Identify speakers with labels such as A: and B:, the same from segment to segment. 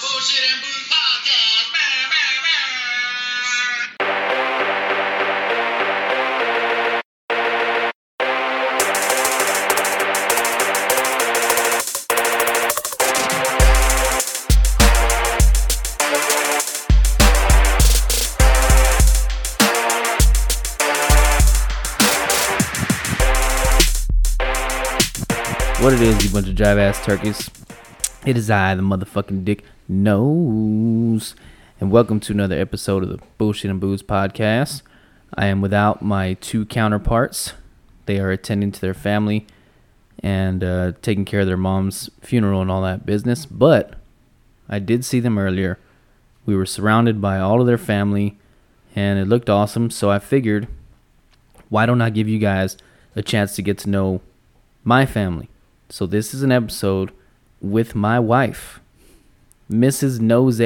A: Bullshit and Brew Podcast. Bah, bah, bah.
B: What it is, you bunch of jive ass turkeys. It is I, the motherfucking dick nose. And welcome to another episode of the Bullshit and Booze podcast. I am without my two counterparts. They are attending to their family and uh, taking care of their mom's funeral and all that business. But I did see them earlier. We were surrounded by all of their family and it looked awesome. So I figured, why don't I give you guys a chance to get to know my family. So this is an episode with my wife, Mrs. Nose.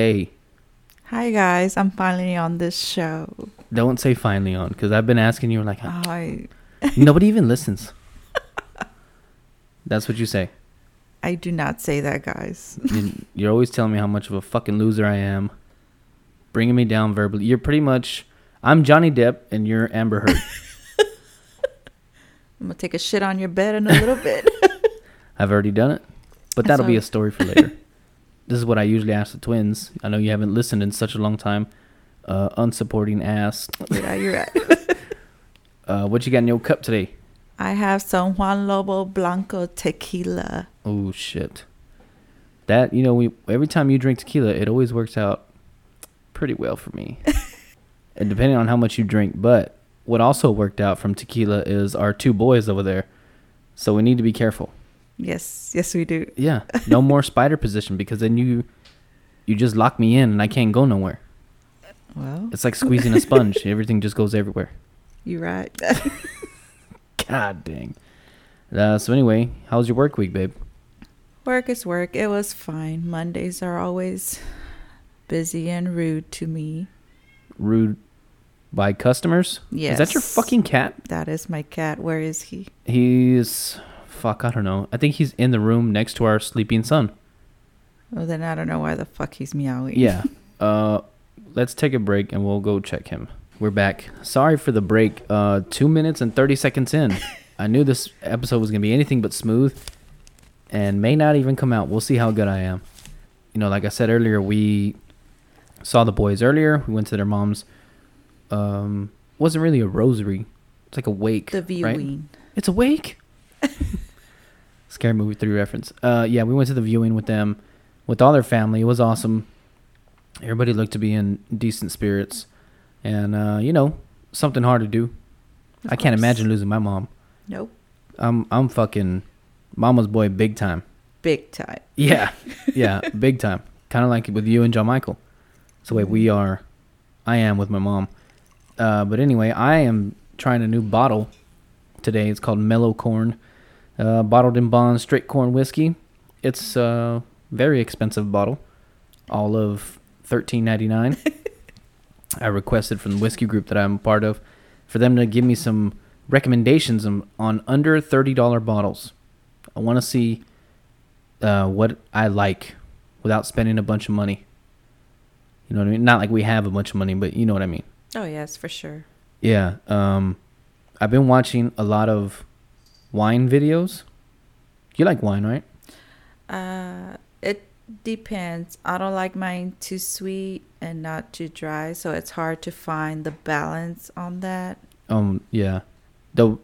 C: Hi guys, I'm finally on this show.
B: Don't say finally on because I've been asking you like
C: I
B: nobody even listens. That's what you say.
C: I do not say that, guys.
B: You- You're always telling me how much of a fucking loser I am, bringing me down verbally. You're pretty much I'm Johnny Depp and you're Amber Heard.
C: I'm gonna take a shit on your bed in a little bit.
B: I've already done it, but that'll be
C: Sorry.
B: a story for later. this is what I usually ask the twins. I know you haven't listened in such a long time. Uh, unsupporting ass.
C: yeah, you're right.
B: Uh, what you got in your cup today?
C: I have some Juan Lobo Blanco tequila.
B: Oh shit. That you know, we every time you drink tequila, it always works out pretty well for me. and depending on how much you drink, but what also worked out from tequila is our two boys over there. So we need to be careful.
C: Yes, yes we do.
B: Yeah, no more spider position because then you you just lock me in and I can't go nowhere.
C: Well,
B: It's like squeezing a sponge. Everything just goes everywhere.
C: you're right.
B: God dang. Uh, so anyway, how's your work week, babe?
C: work is work. It was fine. Mondays are always busy and rude to me.
B: Rude by customers? Is that your
C: Yes.
B: fucking cat?
C: That is my cat. Where is he?
B: He's fuck, I don't know. I think he's in the room next to our sleeping son.
C: Well, then I don't know why the fuck he's meowing.
B: Yeah. Uh let's take a break and we'll go check him. We're back. Sorry for the break. Uh 2 minutes and 30 seconds in. I knew this episode was going to be anything but smooth and may not even come out. We'll see how good I am. You know, like I said earlier, we saw the boys earlier. We went to their mom's um wasn't really a rosary. It's like a wake.
C: The
B: right?
C: viewing.
B: It's awake. Scary movie three reference. Uh, yeah, we went to the viewing with them, with all their family. It was awesome. Everybody looked to be in decent spirits, and uh, you know, something hard to do.
C: Of
B: I can't
C: course.
B: imagine losing my mom.
C: Nope.
B: I'm I'm fucking mama's boy big time.
C: Big time.
B: Yeah, yeah, big time. Kind of like with you and John Michael. So wait, we are, I am with my mom. Uh, but anyway, I am trying a new bottle today. It's called Mellow Corn, uh, bottled in bond straight corn whiskey. It's a very expensive bottle, all of thirteen ninety nine. I requested from the whiskey group that I'm part of for them to give me some recommendations on, on under thirty dollar bottles. I want to see uh, what I like without spending a bunch of money. You know what I mean? Not like we have a bunch of money, but you know what I mean.
C: Oh yes, for sure.
B: Yeah. Um, I've been watching a lot of wine videos. You like wine, right?
C: Uh, it depends. I don't like mine too sweet and not too dry, so it's hard to find the balance on that.
B: Um, yeah. Though,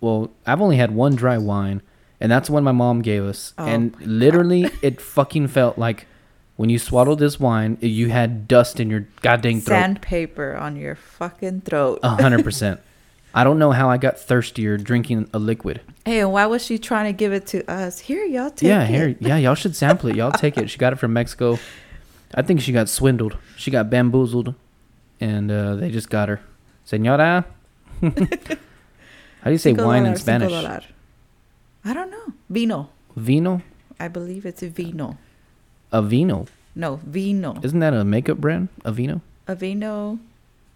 B: well, I've only had one dry wine, and that's one my mom gave us.
C: Oh
B: and literally, it fucking felt like when you swallowed this wine, you had dust in your goddamn throat. Ah.
C: Sandpaper on your fucking throat.
B: A hundred percent. I don't know how I got thirstier drinking a liquid.
C: Hey, and why was she trying to give it to us? Here, y'all take
B: yeah,
C: it.
B: here, yeah, y'all should sample it. Y'all take it. She got it from Mexico. I think she got swindled. She got bamboozled, and uh, they just got her. Señora, how do you say
C: Cinco
B: wine in
C: dolar, cinco
B: Spanish?
C: dolar. I don't know. Vino.
B: Vino,
C: I believe it's vino.
B: a vino.
C: No, vino.
B: Isn't that a makeup brand? A vino,
C: A vino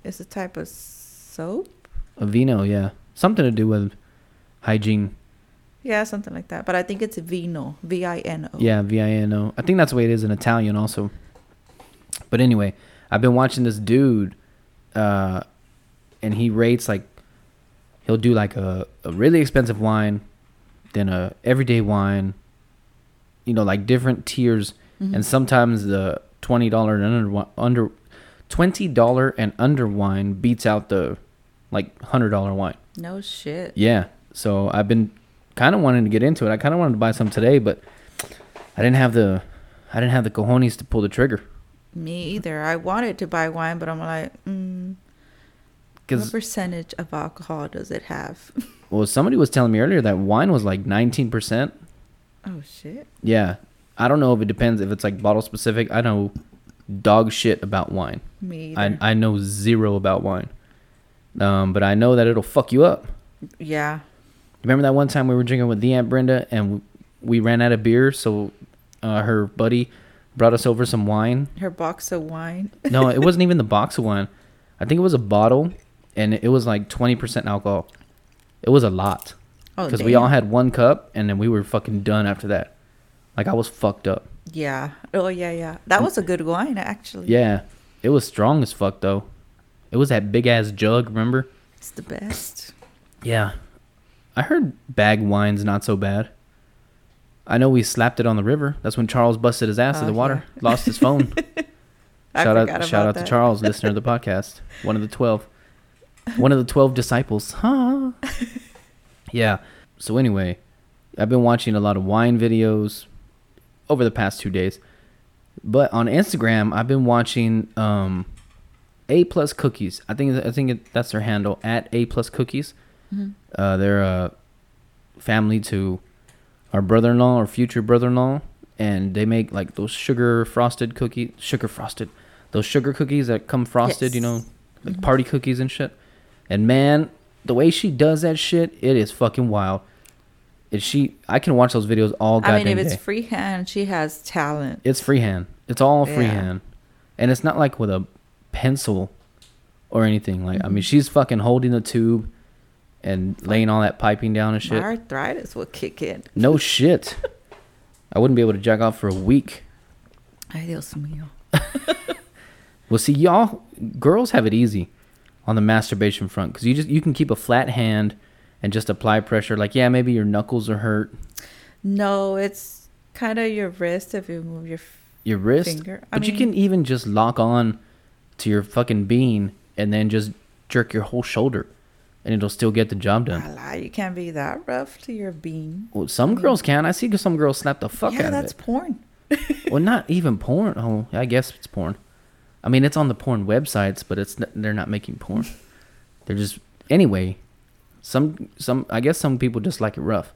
C: is a type of soap.
B: a vino. Yeah, something to do with hygiene.
C: Yeah, something like that. But I think it's vino, V I N O.
B: Yeah, V I N O. I think that's the way it is in Italian also. But anyway, I've been watching this dude, uh, and he rates like he'll do like a, a really expensive wine, then a everyday wine, you know, like different tiers, and sometimes the twenty dollar and under wi- under twenty dollar and under wine beats out the like hundred dollar wine.
C: No shit.
B: Yeah. So I've been kind of wanting to get into it. I kind of wanted to buy some today, but I didn't have the I didn't have the cojones to pull the trigger
C: Me either. I wanted to buy wine, but I'm like, mm, what
B: because
C: percentage of alcohol does it have?
B: well, somebody was telling me earlier that wine was like 19%.
C: oh shit.
B: Yeah. I don't know if it depends if it's like bottle specific. I know dog shit about wine.
C: Me
B: I
C: either.
B: I know zero about wine. Um, but I know that it'll fuck you up.
C: yeah.
B: Remember that one time we were drinking with the Aunt Brenda and we, we ran out of beer, so uh, her buddy brought us over some wine
C: Her box of wine.
B: No, it wasn't even the box of wine. I think it was a bottle, and it was like twenty percent alcohol. It was a lot
C: Oh,
B: because we
C: damn.
B: all had one cup, and then we were fucking done after that. Like I was fucked up.
C: Yeah. Oh yeah, yeah. That was a good wine actually.
B: Yeah, it was strong as fuck though. It was that big ass jug. Remember?
C: It's the best.
B: Yeah, I heard bag wine's not so bad. I know we slapped it on the river. That's when Charles busted his ass in
C: Oh,
B: the water,
C: yeah.
B: lost his phone.
C: I
B: shout out,
C: forgot
B: shout
C: about
B: out
C: that.
B: to Charles, listener of the podcast, one of the twelve, one of the twelve disciples, huh? yeah. So anyway, I've been watching a lot of wine videos over the past two days, but on Instagram, I've been watching um, A Plus Cookies. I think I think it, that's their handle at A Plus Cookies.
C: Mm-hmm.
B: Uh, they're a family to our brother-in-law or future brother-in-law, and they make like those sugar frosted cookie, sugar frosted, those sugar cookies that come frosted, you know,
C: Yes. Mm-hmm.
B: like party cookies and shit. And man, the way she does that shit, it is fucking wild. And she, I can watch those videos all
C: I
B: goddamn
C: mean, if it's
B: day.
C: freehand, she has talent.
B: It's freehand. It's all
C: Yeah.
B: freehand. And it's not like with a pencil or anything. Like I mean, she's fucking holding the tube and laying all that piping down and
C: My
B: shit.
C: arthritis will kick in.
B: No shit. I wouldn't be able to jack off for a week.
C: Ay, Dios mío.
B: Well, see, y'all girls have it easy on the masturbation front because you just you can keep a flat hand and just apply pressure. Like, yeah, maybe your knuckles are hurt,
C: No, it's kind of your wrist if you move your. F-
B: your wrist,
C: Finger. I
B: but you can even just lock on to your fucking bean and then just jerk your whole shoulder, and it'll still get the job done.
C: Voila, you can't be that rough to your bean.
B: Well, some girls can. I see some girls slap the fuck
C: yeah,
B: out of
C: that's
B: it.
C: porn.
B: well, not even porn. Oh, I guess it's porn. I mean, it's on the porn websites, but it's n- they're not making porn. They're just anyway. Some some I guess some people just like it rough.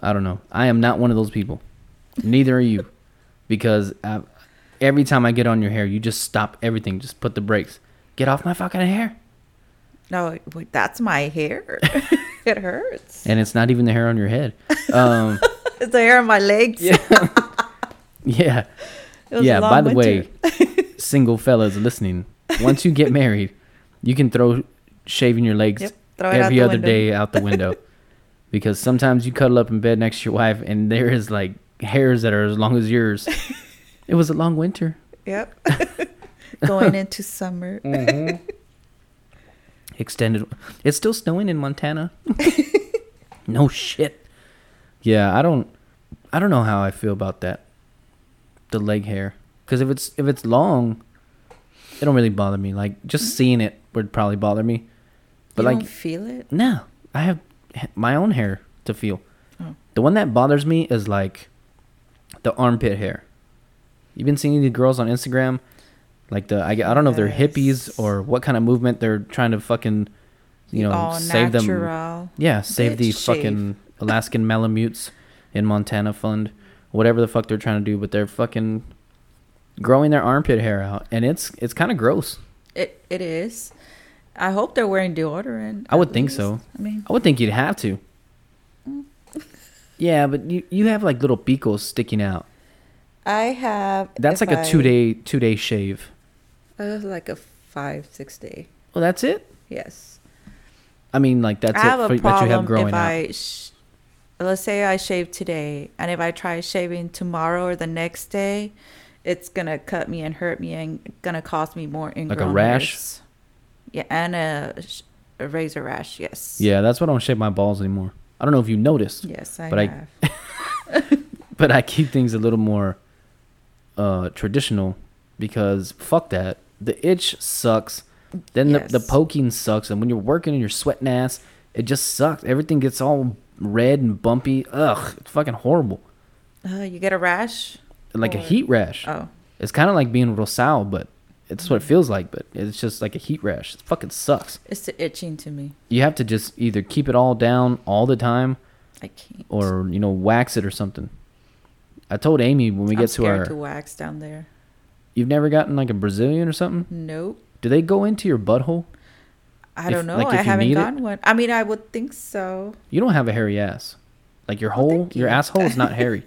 B: I don't know. I am not one of those people. Neither are you, because I, every time I get on your hair, you just stop everything. Just put the brakes. Get off my fucking hair.
C: No, wait, that's my hair. it hurts.
B: And it's not even the hair on your head. Um,
C: It's the hair on my legs.
B: Yeah. yeah.
C: It was a
B: yeah,
C: long
B: by the
C: winter.
B: way, single fellas listening, once you get married, you can throw shaving your legs
C: Yep, throw it out
B: every
C: the
B: other
C: window.
B: day out the window. because sometimes you cuddle up in bed next to your wife and there is like hairs that are as long as yours. it was a long winter.
C: Yep. Going into summer.
B: Mm, Extended. It's still snowing in Montana. no shit. Yeah, I don't I don't know how I feel about that. The leg hair. Cuz if it's if it's long, it don't really bother me. Like just seeing it would probably bother me. But
C: you
B: like
C: don't feel it.
B: no, I have h- my own hair to feel.
C: Oh.
B: The one that bothers me is like the armpit hair. You've been seeing the girls on Instagram, like the I, I don't know if they're hippies
C: Yes.
B: or what kind of movement they're trying to fucking, you know,
C: all
B: save them.
C: natural.
B: Yeah, save the
C: Bitch shave.
B: fucking Alaskan Malamutes in Montana Fund, whatever the fuck they're trying to do, but they're fucking growing their armpit hair out, and it's it's kind of gross.
C: It it is. I hope they're wearing deodorant.
B: I would
C: at
B: think so.
C: least. I mean,
B: I would think you'd have to. Yeah, but you, you have like little beakles sticking out.
C: I have.
B: That's
C: if
B: like a
C: I-
B: two day two day shave.
C: Uh, like a five six day.
B: Well, that's it.
C: Yes.
B: I mean, like that's
C: I have
B: it for,
C: a
B: that you have
C: problem
B: growing
C: if
B: out.
C: I sh- let's say I shave today, and if I try shaving tomorrow or the next day, it's gonna cut me and hurt me and gonna cause me more ingrown
B: rash?
C: hairs. Yeah, and a, sh- a razor rash. Yes.
B: Yeah, that's why I don't shave my balls anymore. I don't know if you noticed,
C: Yes, I
B: But I-
C: have.
B: but I keep things a little more uh, traditional because fuck that. The itch sucks. Then the, the
C: Yes.
B: poking sucks. And when you're working and you're sweating ass, it just sucks. Everything gets all red and bumpy. Ugh, it's fucking horrible.
C: Uh, you get a rash.
B: Like a
C: Or-
B: heat rash.
C: Oh,
B: It's kind of like being rosal, but it's
C: Mm-hmm.
B: what it feels like. But it's just like a heat rash. It fucking sucks.
C: it's the itching to me.
B: You have to just either keep it all down all the time
C: I can't.
B: or you know wax it or something. I told Amy when we
C: I'm
B: get to
C: scared
B: our.
C: to wax down there.
B: You've never gotten like a Brazilian or something?
C: Nope.
B: Do they go into your butthole?
C: I
B: If-
C: don't know.
B: like, if
C: I
B: you
C: haven't
B: need it?
C: gotten one. I mean, I would think so.
B: You don't have a hairy ass. Like your whole,
C: Oh, thank
B: your
C: you.
B: asshole is not hairy.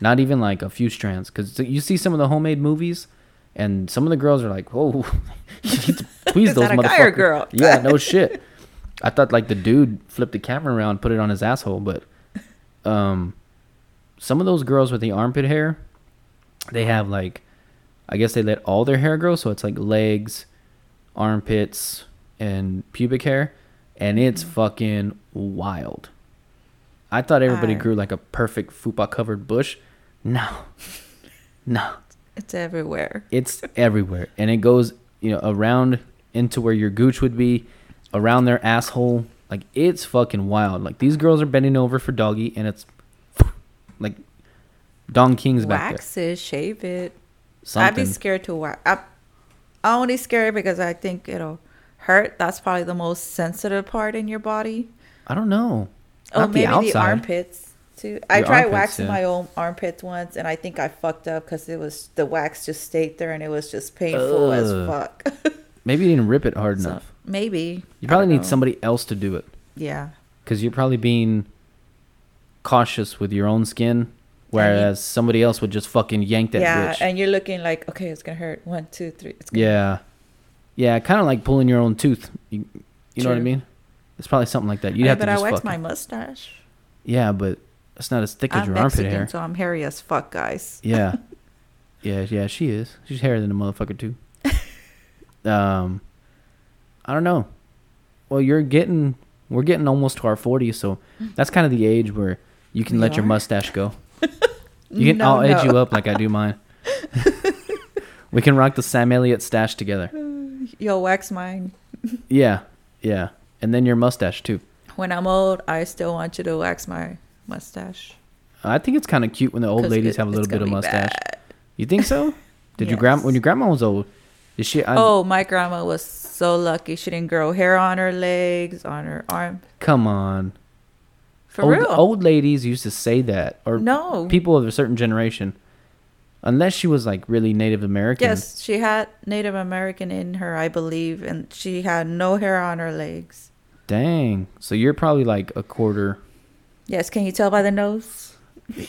B: not even like a few strands. Because you see some of the homemade movies, and some of the girls are like, "Whoa, please
C: Is
B: those
C: that a guy or
B: motherfuckers."
C: girl?
B: yeah, no shit. I thought like the dude flipped the camera around, put it on his asshole, but um, some of those girls with the armpit hair, they have like, I guess they let all their hair grow, so it's like legs, armpits, and pubic hair, and it's
C: Mm-hmm.
B: fucking wild. I thought everybody
C: I-
B: grew like a perfect fupa covered bush. No, no,
C: It's everywhere.
B: it's everywhere, and it goes you know around into where your gooch would be, around their asshole. Like it's fucking wild. Like these girls are bending over for doggy, and it's like Don King's back there.
C: Wax it, shave it. I'd
B: Something.
C: be scared to wax. I, I'm only scared because I think it'll hurt. That's probably the most sensitive part in your body.
B: I don't know.
C: Oh,
B: Not
C: maybe
B: the outside.
C: the armpits too. I
B: Your
C: tried
B: armpits,
C: waxing
B: yeah.
C: my own armpits once, and I think I fucked up because it was the wax just stayed there, and it was just painful as
B: Ugh.
C: fuck.
B: Maybe you didn't rip it hard
C: So,
B: enough.
C: maybe
B: You
C: I
B: probably
C: don't
B: need
C: know.
B: somebody else to do it
C: Yeah,
B: because you're probably being cautious with your own skin, whereas somebody else would just fucking yank that
C: yeah,
B: bitch.
C: and you're looking like okay, it's gonna hurt. One, two, three. It's gonna
B: yeah, yeah, kind of like pulling your own tooth. You, you know what I
C: True.
B: mean? It's probably something like that. You'd
C: I-
B: have
C: but
B: to just
C: I waxed
B: fucking-
C: my mustache.
B: Yeah, but it's not as thick as
C: I'm
B: your
C: Mexican,
B: armpit hair.
C: so I'm hairy as fuck, guys.
B: Yeah. Yeah, yeah, she is. She's hairier than a motherfucker too. um I don't know. Well, you're getting we're getting almost to our 40, so that's kind of the age where you can
C: We
B: let your
C: are?
B: mustache go. You can
C: No,
B: I'll edge
C: no.
B: you up like I do mine. we can rock the Sam Elliott stash together.
C: Yo, wax mine.
B: Yeah. Yeah. And then your mustache too.
C: When I'm old, I still want you to wax my mustache.
B: I think it's kind of cute when the old
C: 'Cause
B: ladies
C: it-
B: have a
C: it's
B: little bit
C: gonna
B: of
C: be
B: mustache.
C: bad.
B: You think so? Did your grandma
C: Yes.
B: when your grandma was old? Is she I,
C: oh, my grandma was so lucky. She didn't grow hair on her legs, on her arm.
B: Come on.
C: For
B: old,
C: real.
B: old ladies used to say that, or
C: No.
B: people of a certain generation, unless she was like really Native American.
C: Yes, she had Native American in her, I believe, and she had no hair on her legs.
B: Dang. So you're probably like a quarter.
C: Yes, can you tell by the nose?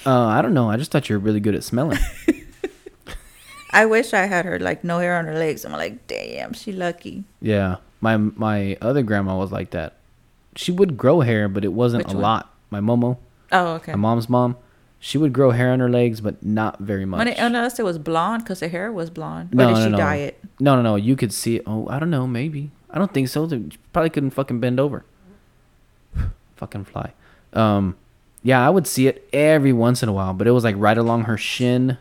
B: Uh, I don't know. I just thought you were really good at smelling.
C: I wish I had her like no hair on her legs. I'm like, damn, she lucky.
B: yeah. My my other grandma was like that. She would grow hair, but it wasn't
C: Which
B: a
C: one?
B: lot. My momo,
C: Oh, okay.
B: my mom's mom, she would grow hair on her legs, but not very much.
C: When it- unless it was blonde, because her hair was blonde.
B: No,
C: or did
B: no,
C: she
B: no.
C: dye it?
B: No, no, no. You could see it. Oh, I don't know. Maybe. I don't think so. They probably couldn't fucking bend over. fucking fly. Um, yeah, I would see it every once in a while, but it was like right along her shin.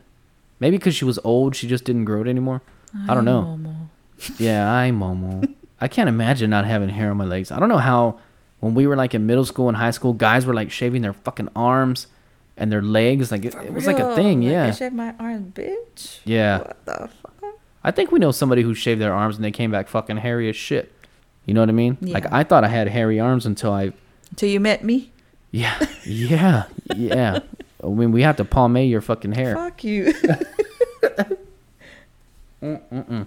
B: Maybe because she was old, she just didn't grow it anymore. I don't know.
C: Momo.
B: Yeah, I Momo. I can't imagine not having hair on my legs. I don't know how when we were like in middle school and high school, guys were like shaving their fucking arms and their legs. Like it, it was like a
C: Real,
B: thing.
C: like, I
B: Yeah.
C: shaved my arm, bitch.
B: Yeah.
C: What the fuck?
B: I think we know somebody who shaved their arms and they came back fucking hairy as shit. You know what I mean? Like
C: Yeah.
B: I thought I had hairy arms until I
C: Till you met me?
B: Yeah. Yeah. yeah. I mean we have to palmate your fucking hair.
C: Fuck you. No,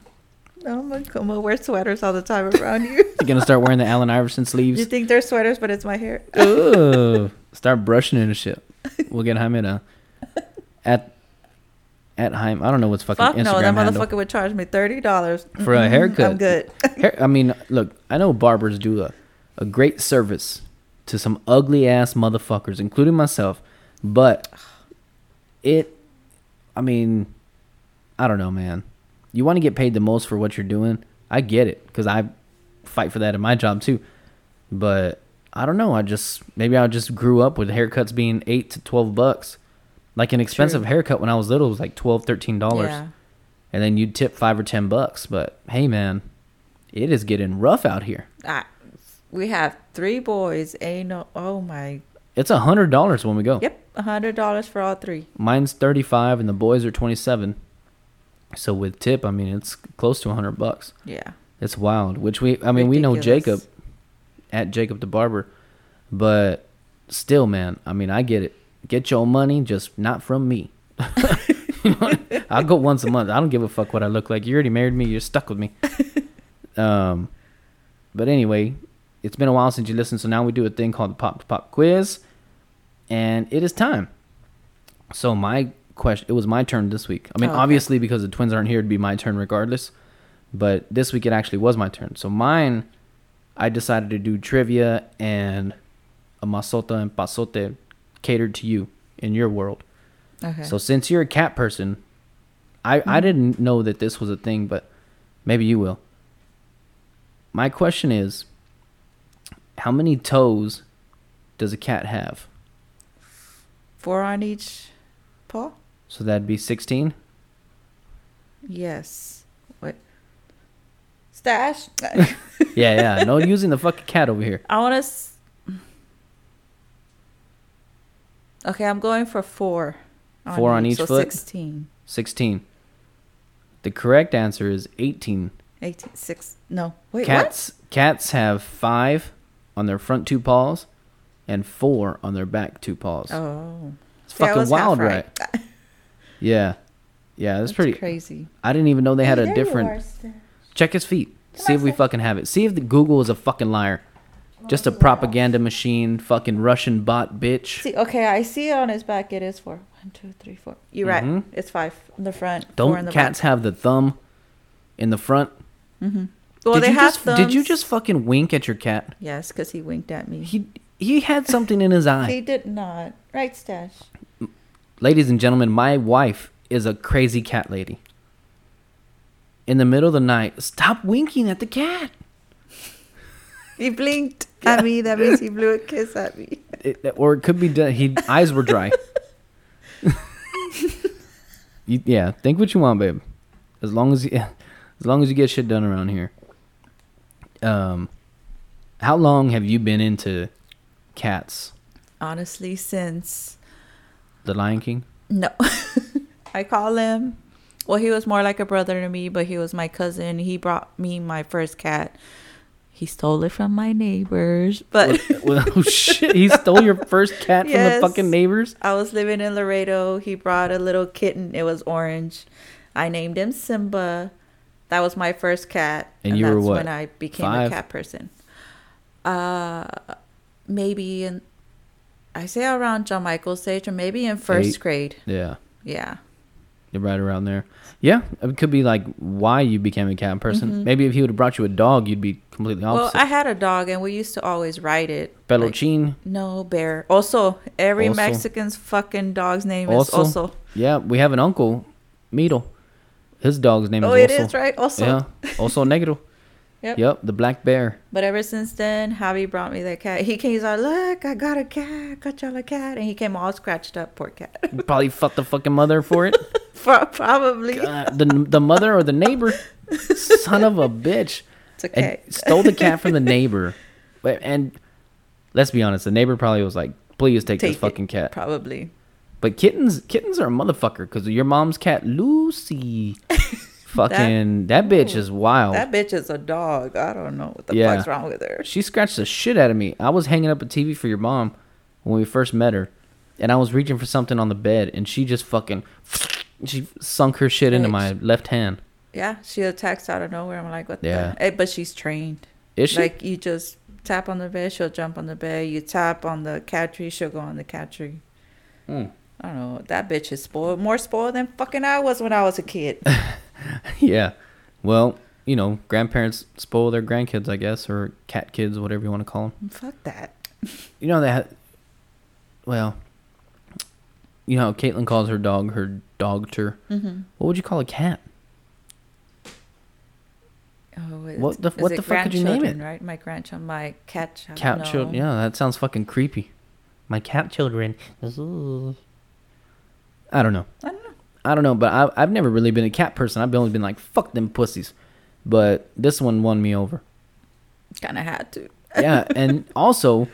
C: I'm gonna come over wear sweaters all the time around you.
B: You're gonna start wearing the Allen Iverson
C: you
B: sleeves.
C: think they're sweaters, but it's my hair.
B: Ugh. Start brushing it and shit. We'll get him in a at at Heim. I don't know what's fucking
C: Fuck
B: Instagram
C: no, that
B: handle.
C: motherfucker would charge me thirty dollars Mm,
B: For a haircut.
C: I'm good.
B: Hair, I mean, look, I know barbers do a, a great service to some ugly ass motherfuckers, including myself. But it, I mean, I don't know, man. You want to get paid the most for what you're doing. I get it because I fight for that in my job too. But I don't know. I just maybe I just grew up with haircuts being eight to twelve bucks. Like an expensive
C: True.
B: haircut when I was little was like twelve, thirteen dollars,
C: Yeah.
B: and then you'd tip five or ten bucks. But hey, man, it is getting rough out here.
C: I, we have three boys. Ain't no. Oh my.
B: It's a hundred dollars when we go.
C: Yep. a hundred dollars for all three.
B: Mine's 35 and the boys are 27. So with tip, I mean it's close to 100 bucks.
C: Yeah.
B: It's wild, which we I mean we know Jacob
C: Ridiculous.
B: at Jacob the barber, but still man, I mean I get it. Get your money just not from me. I'll go once a month. I don't give a fuck what I look like. You already married me. You're stuck with me. Um, but anyway, it's been a while since you listened, so now we do a thing called the Pop to Pop Quiz, and it is time. So my question, it was my turn this week. I mean,
C: Oh, okay.
B: obviously because the twins aren't here, it'd be my turn regardless. But this week it actually was my turn. So mine, I decided to do trivia and a masota and pasote catered to you in your world.
C: Okay. Mm-hmm.
B: So since you're a cat person, I I didn't know that this was a thing, but maybe you will. My question is, how many toes does a cat have?
C: Four on each paw.
B: So that'd be sixteen.
C: Yes. What? Stash.
B: Yeah, yeah. No using the fucking cat over here.
C: I want to. S- okay, I'm going for four.
B: Four on each
C: so
B: foot?
C: 16.
B: Sixteen. The correct answer is eighteen.
C: 18, six. No. Wait,
B: Cats cats have five on their front two paws, and four on their back two paws.
C: what? Oh.
B: it's
C: See, I
B: fucking
C: was half
B: wild, right?
C: That's,
B: Yeah, yeah. That's, pretty
C: crazy.
B: I didn't even know they had
C: Hey,
B: a
C: there you
B: different.
C: are, Stash.
B: Check his feet. See if we fucking have it. See if the Google is a fucking liar. Just a propaganda machine, fucking Russian bot bitch.
C: See, okay, I see it on his back. It is four. One, two, three, four. You're right.
B: Mhm.
C: It's five in the front. four
B: Don't
C: in the
B: cats have the thumb in the front?
C: Back. Well,
B: did
C: they
B: you
C: have
B: just did you
C: thumbs.
B: just fucking wink at your cat?
C: Yes, because he winked at me. He,
B: He he had something in his eye.
C: did not. Right, Stash.
B: Ladies and gentlemen, my wife is a crazy cat lady. In the middle of the night, stop winking at the cat.
C: He blinked at me. That means he blew a kiss at me.
B: It, or it could be done. He eyes were dry. You- yeah, think what you want, babe. As long as you, as long as you get shit done around here. Um, how long have you been into cats?
C: Honestly, since
B: The Lion King.
C: No. I call him. Well, he was more like a brother to me, but he was my cousin. He brought me my first cat. He stole it from my neighbors, but
B: well, oh shit! He stole your first cat
C: Yes.
B: from the fucking neighbors.
C: I was living in Laredo. He brought a little kitten. It was orange. I named him Simba. That was my first cat.
B: And you were
C: that's
B: what,
C: when I became
B: five?
C: a cat person. Uh, maybe in I say around John Michael's age, or maybe in first
B: Eight.
C: grade.
B: Yeah,
C: Yeah.
B: you're right around there. Yeah, it could be like why you became a cat person. Maybe if he would have brought you a dog, you'd be completely
C: Mm-hmm. Well,
B: opposite.
C: I had a dog, and we used to always ride it. like-
B: Bellucine.
C: No bear. Also, every
B: Also.
C: Mexican's fucking dog's name
B: Also.
C: is also.
B: Yeah, we have an uncle, Mito. His dog's name
C: Oh,
B: is
C: it
B: also.
C: is right. Also.
B: Yeah, also negro.
C: Yep.
B: Yep, the black bear.
C: But ever since then, Javi brought me that cat. He came. He's like, look, I got a cat. Got y'all a cat, and he came all scratched up. Poor cat.
B: Probably fucked the fucking mother for it.
C: Pro- Probably.
B: Uh, the the mother or the neighbor, son of a bitch,
C: It's okay.
B: and stole the cat from the neighbor. But- And let's be honest, the neighbor probably was like, "Please take,
C: Take
B: this
C: it.
B: fucking cat."
C: Probably.
B: But kittens, kittens are a motherfucker because your mom's cat Lucy. fucking that, bitch is wild.
C: That bitch is a dog. I don't know what the
B: Oh. Yeah.
C: fuck's wrong with her.
B: She scratched the shit out of me. I was hanging up a TV for your mom when we first met her, and I was reaching for something on the bed, and she just fucking she sunk her shit into my left hand.
C: Yeah, she attacks out of nowhere. I'm like, what
B: Yeah.
C: the? Eh, But she's trained.
B: Is she?
C: Like you just tap on the bed, she'll jump on the bed. You tap on the cat tree, she'll go on the cat tree.
B: Mm.
C: I don't know. That bitch is spoiled, more spoiled than fucking I was when I was a kid.
B: yeah. Well, you know, grandparents spoil their grandkids, I guess, or cat kids, whatever you want to call them.
C: Fuck that.
B: You know that. Well, you know, how Caitlin calls her dog her dogter.
C: Mm-hmm.
B: What would you call a cat?
C: Oh, it's-
B: What the-
C: is
B: what
C: it
B: the fuck did you name
C: grandchildren,
B: it?
C: Right, my grandchild, my cat child.
B: Cat
C: no.
B: children. Yeah, that sounds fucking creepy. My cat children. Ooh. I don't know.
C: I don't know.
B: I don't know, but I, I've never really been a cat person. I've only been like, fuck them pussies. But this one won me over.
C: Kind of had to.
B: Yeah, and also,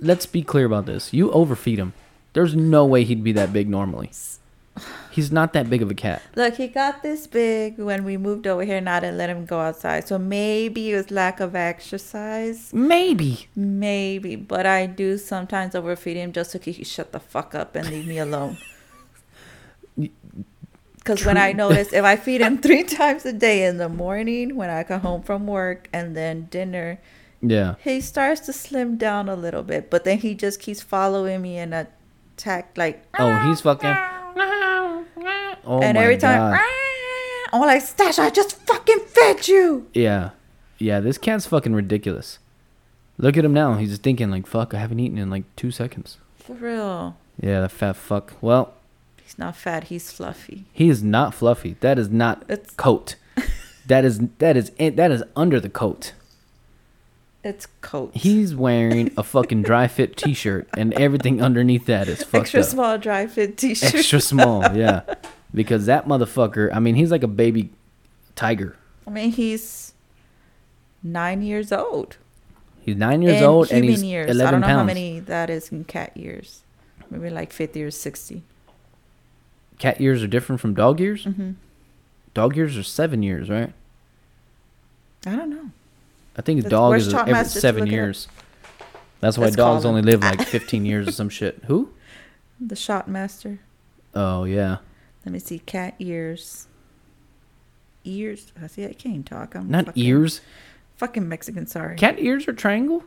B: let's be clear about this. You overfeed him. There's no way he'd be that big normally. He's not that big of a cat.
C: Look, he got this big when we moved over here, and I didn't let him go outside. So maybe it was lack of exercise.
B: Maybe.
C: Maybe, but I do sometimes overfeed him just so he can shut the fuck up and leave me alone. Because when I notice, if I feed him three times a day in the morning, when I come home from work, and then dinner,
B: Yeah.
C: he starts to slim down a little bit, but then he just keeps following me and attack like.
B: Oh, he's fucking. Oh
C: and
B: my
C: every time, "Ah!"
B: God.
C: I'm like, Stash, I just fucking fed you.
B: Yeah. Yeah, this cat's fucking ridiculous. Look at him now. He's just thinking, like, fuck, I haven't eaten in like two seconds.
C: For real,
B: Yeah, that fat fuck. Well,
C: he's not fat. He's fluffy.
B: he is not fluffy. That is not
C: It's-
B: coat. that is that is in- that is under the coat.
C: It's coat.
B: He's wearing a fucking dry fit T-shirt, and everything underneath that is fucked
C: extra
B: up.
C: small dry fit t-shirt.
B: Extra small, yeah. Because that motherfucker, I mean, he's like a baby tiger.
C: I mean, he's nine years old.
B: He's nine years
C: In
B: old, and
C: human
B: he's
C: years.
B: eleven
C: I don't know
B: pounds.
C: how many that is in cat years. Maybe like fifty or sixty.
B: Cat years are different from dog years.
C: Mhm.
B: Dog years are seven years, right?
C: I don't know.
B: I think a
C: That's-
B: dog
C: where's
B: is
C: Chop
B: every
C: Master to
B: seven
C: look it up?
B: years. That's why
C: Let's call
B: dogs
C: him.
B: only live like fifteen years or some shit. Who?
C: The shot master.
B: Oh yeah.
C: Let me see. Cat ears. Ears. I see. I can't talk. I'm
B: Not
C: fucking,
B: ears.
C: Fucking Mexican. Sorry.
B: Cat ears are triangle.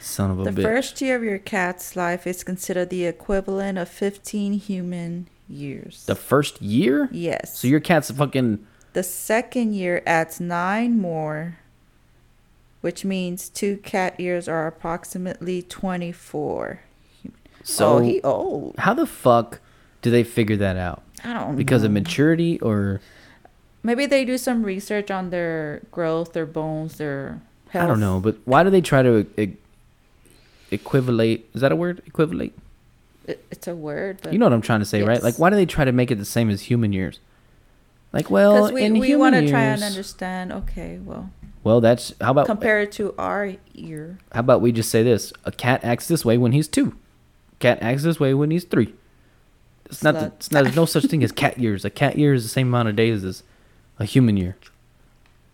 B: Son of a
C: the
B: bitch.
C: first year of your cat's life is considered the equivalent of 15 human years.
B: the first year.
C: yes.
B: So your cat's fucking
C: the second year adds nine more, which means two cat ears are approximately 24.
B: so.
C: oh, he old.
B: how the fuck do they figure that out?
C: I don't
B: Because
C: know.
B: of maturity or
C: Maybe they do some research on their growth, their bones, their health.
B: I don't know, but why do they try to e- equivalate? Is that a word? Equivalate?
C: It- it's a word, but
B: You know what I'm trying to say, right?
C: Yes.
B: Like, why do they try to make it the same as human years? Like, well,
C: we,
B: Oh, in
C: we
B: human Oh,
C: want to
B: years,
C: try and understand. Okay, well,
B: well, that's how about
C: compare it to our ear.
B: how about we just say this: a cat acts this way when he's two, cat acts this way when he's three. It's not. The,
C: Slut.
B: it's not. There's no such thing as cat years. A cat year is the same amount of days as a human year.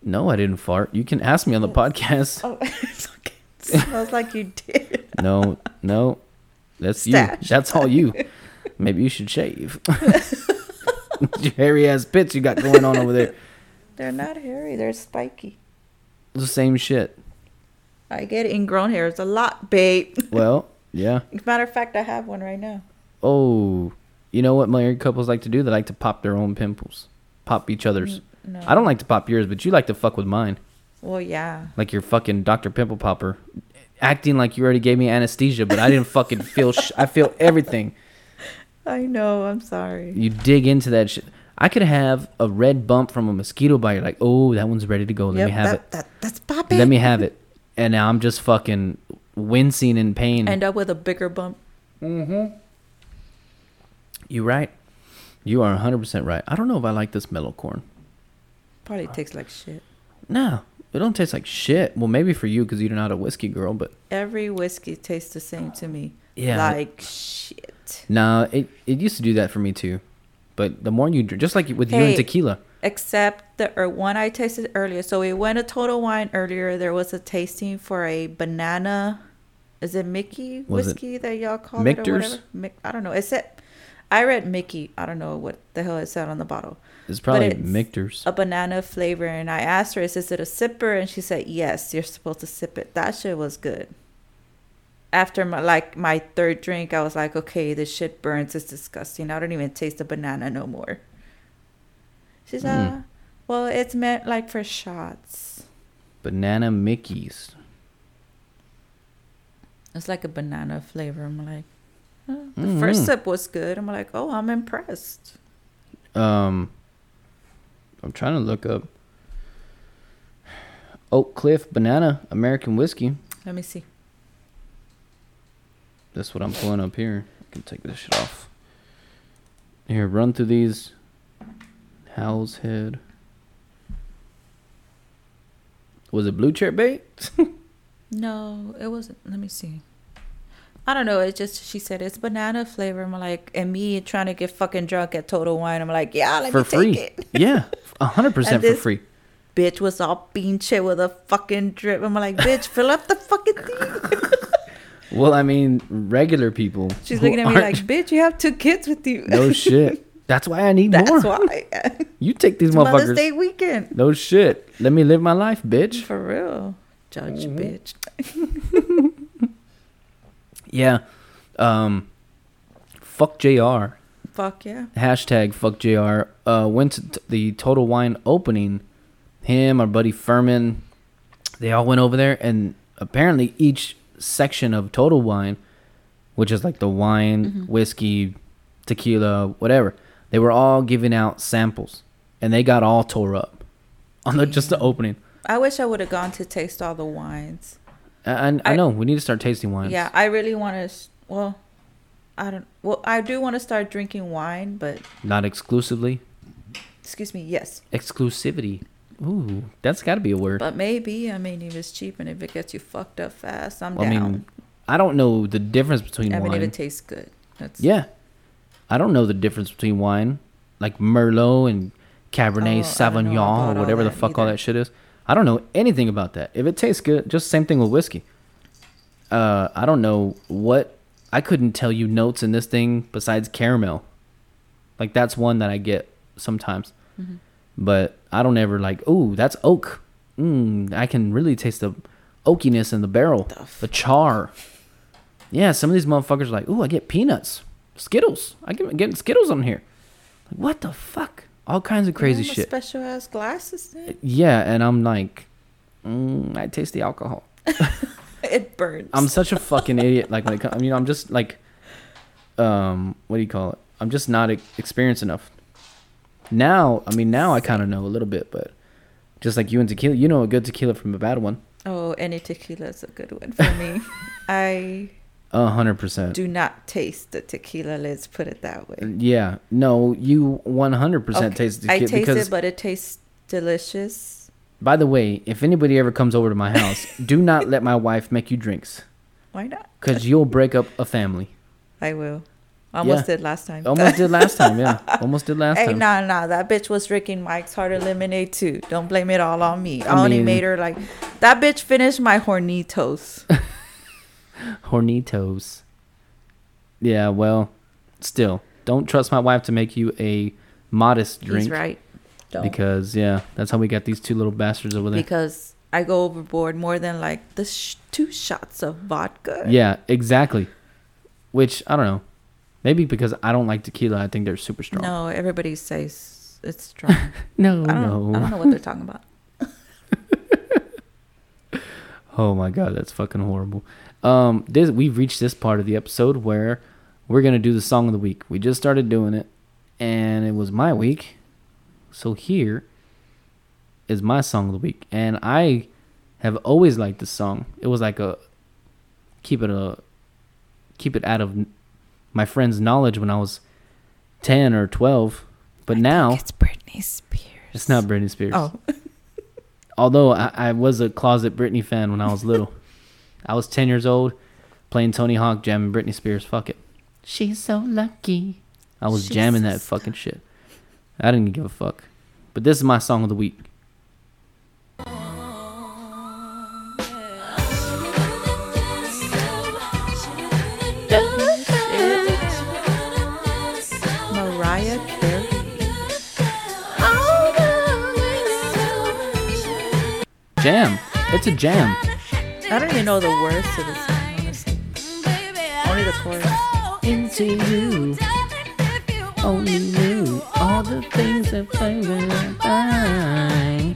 B: No, I didn't fart. You can ask me on the podcast.
C: Oh, it's okay. It smells like you did.
B: No, no. That's you.
C: Stash.
B: That's all you. Maybe you should shave. Your hairy ass pits you got going on over there.
C: They're not hairy. They're spiky.
B: It's the same shit.
C: I get ingrown hairs a lot, babe.
B: Well, yeah.
C: Matter of fact, I have one right now.
B: Oh, you know what married couples like to do? They like to pop their own pimples, pop each other's.
C: no.
B: I don't like to pop yours, but you like to fuck with mine,
C: Well, yeah.
B: like your fucking Doctor Pimple Popper, acting like you already gave me anesthesia, but I didn't fucking feel. Sh- I feel everything.
C: I know. I'm sorry.
B: you dig into that shit. I could have a red bump from a mosquito bite. You're like, oh, that one's ready to go. Let
C: Yep,
B: me have
C: that, That, that's
B: it.
C: popping.
B: Let me have it. And now I'm just fucking wincing in pain.
C: end up with a bigger bump.
B: you right. You are 100% right. I don't know if I like this mellow corn.
C: Probably tastes like shit.
B: No, it don't taste like shit. Well, maybe for you because you're not a whiskey girl, but
C: Every whiskey tastes the same to me.
B: Yeah.
C: Like shit.
B: no, it, it used to do that for me too. But the more you drink, just like with you and
C: Hey.
B: tequila.
C: Except the er, one I tasted earlier. So we went to Total Wine earlier. There was a tasting for a banana. Is it Mickey
B: Was it
C: whiskey that y'all call it or
B: Michter's?
C: whatever? Mic- I don't know. Is it? I read Mickey. I don't know what the hell it said on the bottle.
B: It's probably
C: it's-
B: Michter's.
C: a banana flavor and I asked her, is this it a sipper? And she said, yes, you're supposed to sip it. That shit was good. After my, like my third drink, I was like, okay, this shit burns. It's disgusting. I don't even taste the banana no more. She's like,
B: Mm.
C: well, it's meant like for shots.
B: Banana Mickey's.
C: It's like a banana flavor. I'm like, oh. the first
B: Mhm.
C: sip was good. I'm like, oh, I'm impressed.
B: Um, I'm trying to look up Oak Cliff Banana American Whiskey.
C: Let me see.
B: That's what I'm pulling up here. I can take this shit off. Here, run through these. Howl's Head. Was it Blue Chair Bait?
C: No, it wasn't. Let me see. I don't know. It just she said it's banana flavor. I'm like, and me trying to get fucking drunk at Total Wine. I'm like, yeah, let
B: for
C: me
B: free.
C: take it.
B: Yeah, 100%
C: And
B: for
C: this-
B: free.
C: Bitch was all pinche with a fucking drip. I'm like, bitch, fill up the fucking thing.
B: Well, I mean, regular people.
C: She's
B: who
C: looking at me
B: aren't-
C: like, bitch, you have two kids with you.
B: no shit. That's why I need
C: That's
B: more.
C: why.
B: You take these
C: It's
B: motherfuckers.
C: Mother's Day weekend.
B: No shit. Let me live my life, bitch.
C: For real. Judge,
B: Mm-hmm.
C: bitch.
B: Yeah. Um. Fuck Jr.
C: Fuck yeah.
B: Hashtag fuck Jr. Uh, went to t- the Total Wine opening. Him, our buddy Furman, they all went over there, and apparently each section of Total Wine, which is like the wine,
C: Mm-hmm.
B: whiskey, tequila, whatever, they were all giving out samples, and they got all tore up on the, just the opening.
C: I wish I would have gone to taste all the wines.
B: I, I, I
C: I-
B: know we need to start tasting wines.
C: Yeah, I really want to. Well, I don't. Well, I do want to start drinking wine, but
B: not exclusively.
C: excuse me, yes.
B: exclusivity. Ooh, that's got to be a word.
C: But maybe I mean, if it's cheap and if it gets you fucked up fast, I'm
B: I
C: down.
B: mean, I don't know the difference between
C: I mean,
B: wine.
C: if it tastes good, that's
B: yeah, I don't know the difference between wine, like Merlot and Cabernet
C: Oh, I don't know
B: Sauvignon
C: about
B: or
C: all
B: whatever the
C: that
B: fuck all
C: either.
B: that shit is. I don't know anything about that. If it tastes good, just same thing with whiskey. Uh, I don't know what I couldn't tell you notes in this thing besides caramel. Like that's one that I get sometimes, but I don't ever like. Ooh, that's oak. Mm, I can really taste the oakiness in the barrel,
C: The f-
B: the char. Yeah, some of these motherfuckers are like, ooh, I get peanuts, Skittles. I get getting Skittles on here. Like, what the fuck? All kinds of crazy
C: Yeah, my
B: shit.
C: Special ass glasses. Then.
B: yeah, and I'm like, mm, I taste the alcohol.
C: It burns.
B: I'm such a fucking idiot. Like when it comes, I mean, I'm just like, um, what do you call it? I'm just not e- experienced enough. Now, I mean, now I kind of know a little bit, but just like you and tequila, you know a good tequila from a bad one,
C: oh, any tequila is a good one for me. I
B: a hundred percent.
C: do not taste the tequila. Let's put it that way.
B: Yeah, no, you one hundred percent
C: Okay,
B: taste the
C: I
B: tequila
C: taste
B: because,
C: it, but it tastes delicious.
B: by the way, if anybody ever comes over to my house, do not let my wife make you drinks
C: Why not?
B: because you'll break up a family.
C: I will. Almost
B: Yeah. Oh
C: did last time.
B: Almost did last time, yeah. Almost did last
C: Hey,
B: time.
C: nah, nah, that bitch was drinking Mike's hard lemonade too. Don't blame it all on me. I,
B: I
C: only
B: mean-
C: made her like that bitch finished my hornitos.
B: Hornitos. Yeah, well, still, don't trust my wife to make you a modest drink.
C: He's right. Don't. Because,
B: Because yeah, that's how we got these two little bastards over there.
C: I go overboard more than like the sh- two shots of vodka.
B: yeah, exactly. Which I don't know. Maybe because I don't like tequila, I think they're super strong.
C: No, everybody says it's strong.
B: no,
C: I don't, I
B: no.
C: don't know what they're talking about.
B: Oh my god, that's fucking horrible. Um, this we've reached this part of the episode where we're gonna do the song of the week. We just started doing it, and it was my week, so here is my song of the week, and I have always liked this song. It was like a keep it a keep it out of my friend's knowledge when I was ten or twelve, but now
C: It's Britney Spears.
B: it's not Britney Spears
C: Oh,
B: although I, I was a closet Britney fan when I was little. I was 10 years old, playing Tony Hawk, jamming Britney Spears. Fuck it. She's so lucky. I was
C: She's
B: jamming
C: so
B: that fucking shit. I didn't give a fuck. But this is my song of the week.
C: Mariah Carey.
B: Jam. It's a jam.
C: I don't even know the words to this song. honestly. Only the chorus.
B: Into you. Only knew all the things that flavor I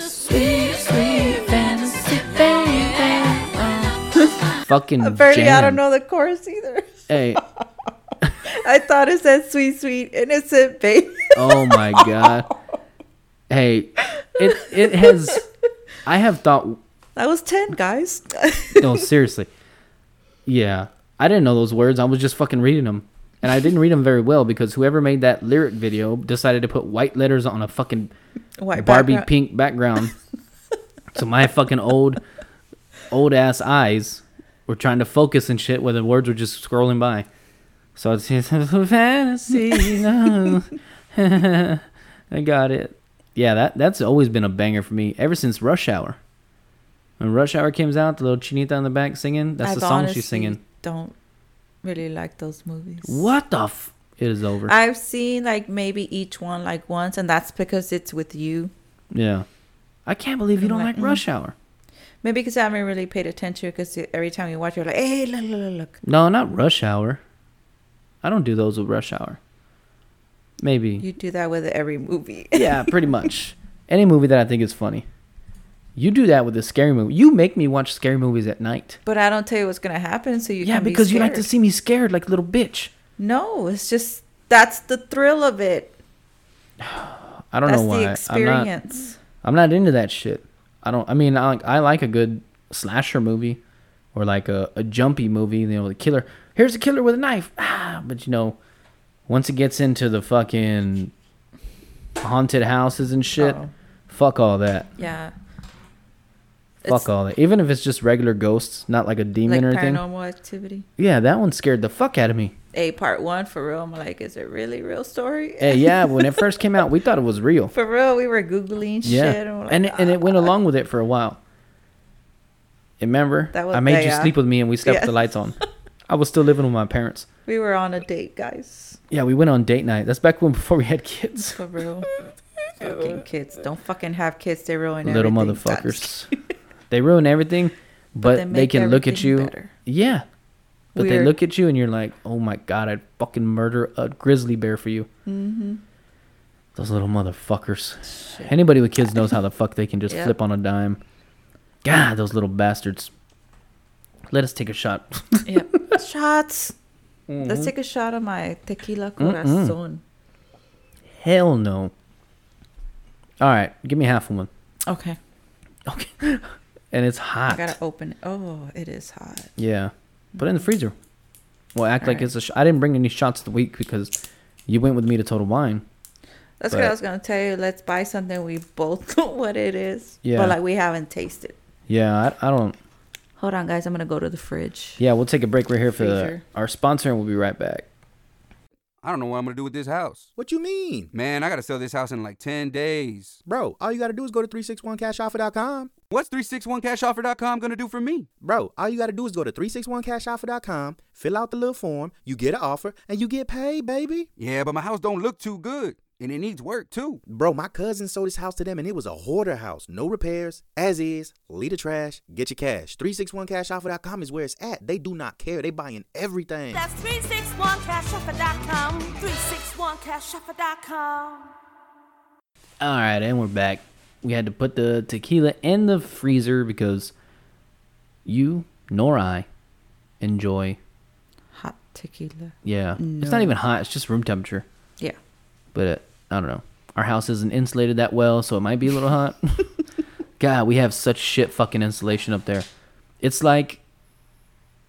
B: Sweet, sweet fantasy, baby. fucking
C: Apparently, I
B: jam.
C: don't know the chorus either.
B: Hey,
C: I thought it said sweet, sweet, innocent baby.
B: oh my god. Hey, it it has. I have thought.
C: I was 10, guys.
B: No, seriously. Yeah, I didn't know those words. I was just fucking reading them, and I didn't read them very well because whoever made that lyric video decided to put white letters on a fucking
C: White
B: Barbie
C: background.
B: pink background. so my fucking old, old ass eyes were trying to focus and shit, where the words were just scrolling by. So it's fantasy. no. I got it. Yeah, that that's always been a banger for me ever since Rush Hour. When Rush Hour comes out, the little chinita in the back singing. That's the
C: I've
B: song
C: honestly
B: she's singing.
C: Don't really like those movies.
B: What the? F- it is over.
C: I've seen like maybe each one like once, and that's because it's with you.
B: yeah, I can't believe you
C: I'm
B: don't
C: like, mm.
B: like Rush Hour.
C: Maybe because I haven't really paid attention. Because every time you watch, you're like, "Hey, look, look, look, look."
B: No, not rush hour. I don't do those with rush hour. Maybe.
C: You do that with every movie.
B: yeah, pretty much. Any movie that I think is funny. You do that with a scary movie. You make me watch scary movies at night.
C: But I don't tell you what's gonna happen, so you
B: yeah,
C: can be
B: because you like to
C: scared.
B: see me scared like a little bitch.
C: No, it's just that's the thrill of it.
B: I don't
C: that's
B: know why.
C: the experience.
B: I'm not, I'm not into that shit. I don't. I mean, I like, I like a good slasher movie, or like a, a jumpy movie. You know, the killer. Here's a killer with a knife. Ah, but you know, once it gets into the fucking haunted houses and shit,
C: Uh-oh.
B: fuck all that.
C: Yeah.
B: Fuck all that. Even if it's just regular ghosts, not like a demon
C: like
B: or anything.
C: paranormal activity.
B: Yeah, that one scared the fuck out of me.
C: A part one for real. I'm like, is it really real story?
B: Eh, yeah, when it first came out, we thought it was real.
C: for real, we were googling
B: Yeah,
C: shit. And, we're like,
B: and it, and it went
C: "Ah."
B: along with it for a while. Remember,
C: That was-
B: I made you
C: yeah.
B: sleep with me, and we slept with
C: Yeah.
B: the lights on. I was still living with my parents.
C: We were on a date, guys.
B: Yeah, we went on date night. That's back when before we had kids.
C: For real. fucking kids. Don't fucking have kids. They ruin
B: Little
C: everything.
B: motherfuckers. they ruin everything, but,
C: they
B: they,
C: make
B: can look at
C: everything
B: you.
C: better.
B: Yeah, but they
C: Weird.
B: look at you, and you're like, "Oh my god, I'd fucking murder a grizzly bear for you."
C: Mm-hmm.
B: Those little motherfuckers. Anybody with kids knows how the fuck they can just
C: Yep.
B: flip on a dime. God, those little bastards. Let us take a shot.
C: Yep. Shots.
B: Mm-hmm.
C: Let's take a shot of my tequila corazon.
B: Hell no. All right, give me half of one.
C: Okay.
B: Okay. and it's hot.
C: I gotta open it. Oh, it is hot.
B: Yeah. Put it in the freezer. Well, act like
C: Alright.
B: it's a sh- I didn't bring any shots of the week because you went with me to Total Wine.
C: That's
B: But-
C: what I was gonna tell you. Let's buy something we both know what it is.
B: Yeah.
C: But like we haven't tasted.
B: Yeah, I, I don't.
C: Hold on, guys. I'm gonna go to the fridge.
B: Yeah, we'll take a break right here for the,
C: Freezer.
B: our sponsor and we'll be right back.
D: I don't know what I'm gonna do with this house.
E: What you mean?
D: Man, I gotta sell this house in like 10 days.
E: Bro, all you gotta do is go to 361cashoffer.com.
D: What's 361cashoffer.com gonna do for me?
E: Bro, all you gotta do is go to 361cashoffer.com, fill out the little form, you get an offer, and you get paid, baby.
D: Yeah, but my house don't look too good, and it needs work too.
E: Bro, my cousin sold his house to them and it was a hoarder house. No repairs, as is, leave the trash, get your cash. 361cashoffer.com is where it's at. They do not care, they buying everything.
F: That's 361cashshopper.com. 361cashshopper.com.
B: All right, and we're back. We had to put the tequila in the freezer because you nor I enjoy.
C: Hot tequila.
B: Yeah, it's not even hot; it's just room temperature.
C: Yeah.
B: But uh I don't know. Our house isn't insulated that well, so it might be a little hot. God, we have such shit fucking insulation up there. It's like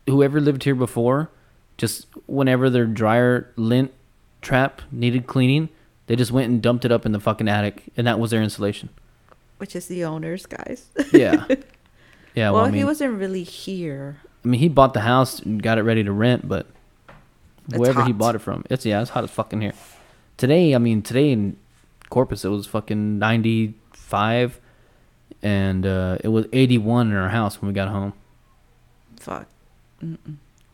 B: whoever lived here before, just whenever their dryer lint trap needed cleaning, they just went and dumped it up in the fucking attic, and that was their insulation.
C: Which is the owners, guys.
B: Yeah. Yeah, well,
C: well,
B: Oh, I, mean,
C: he wasn't really here.
B: I mean, he bought the house and got it ready to rent, but whoever he
C: hot.
B: bought it from, it's yeah, it's hot as fucking here. Today, I mean, today in Corpus, it was fucking ninety five, and uh, it was eighty one in our house when we got home.
C: Fuck.
B: Yeah.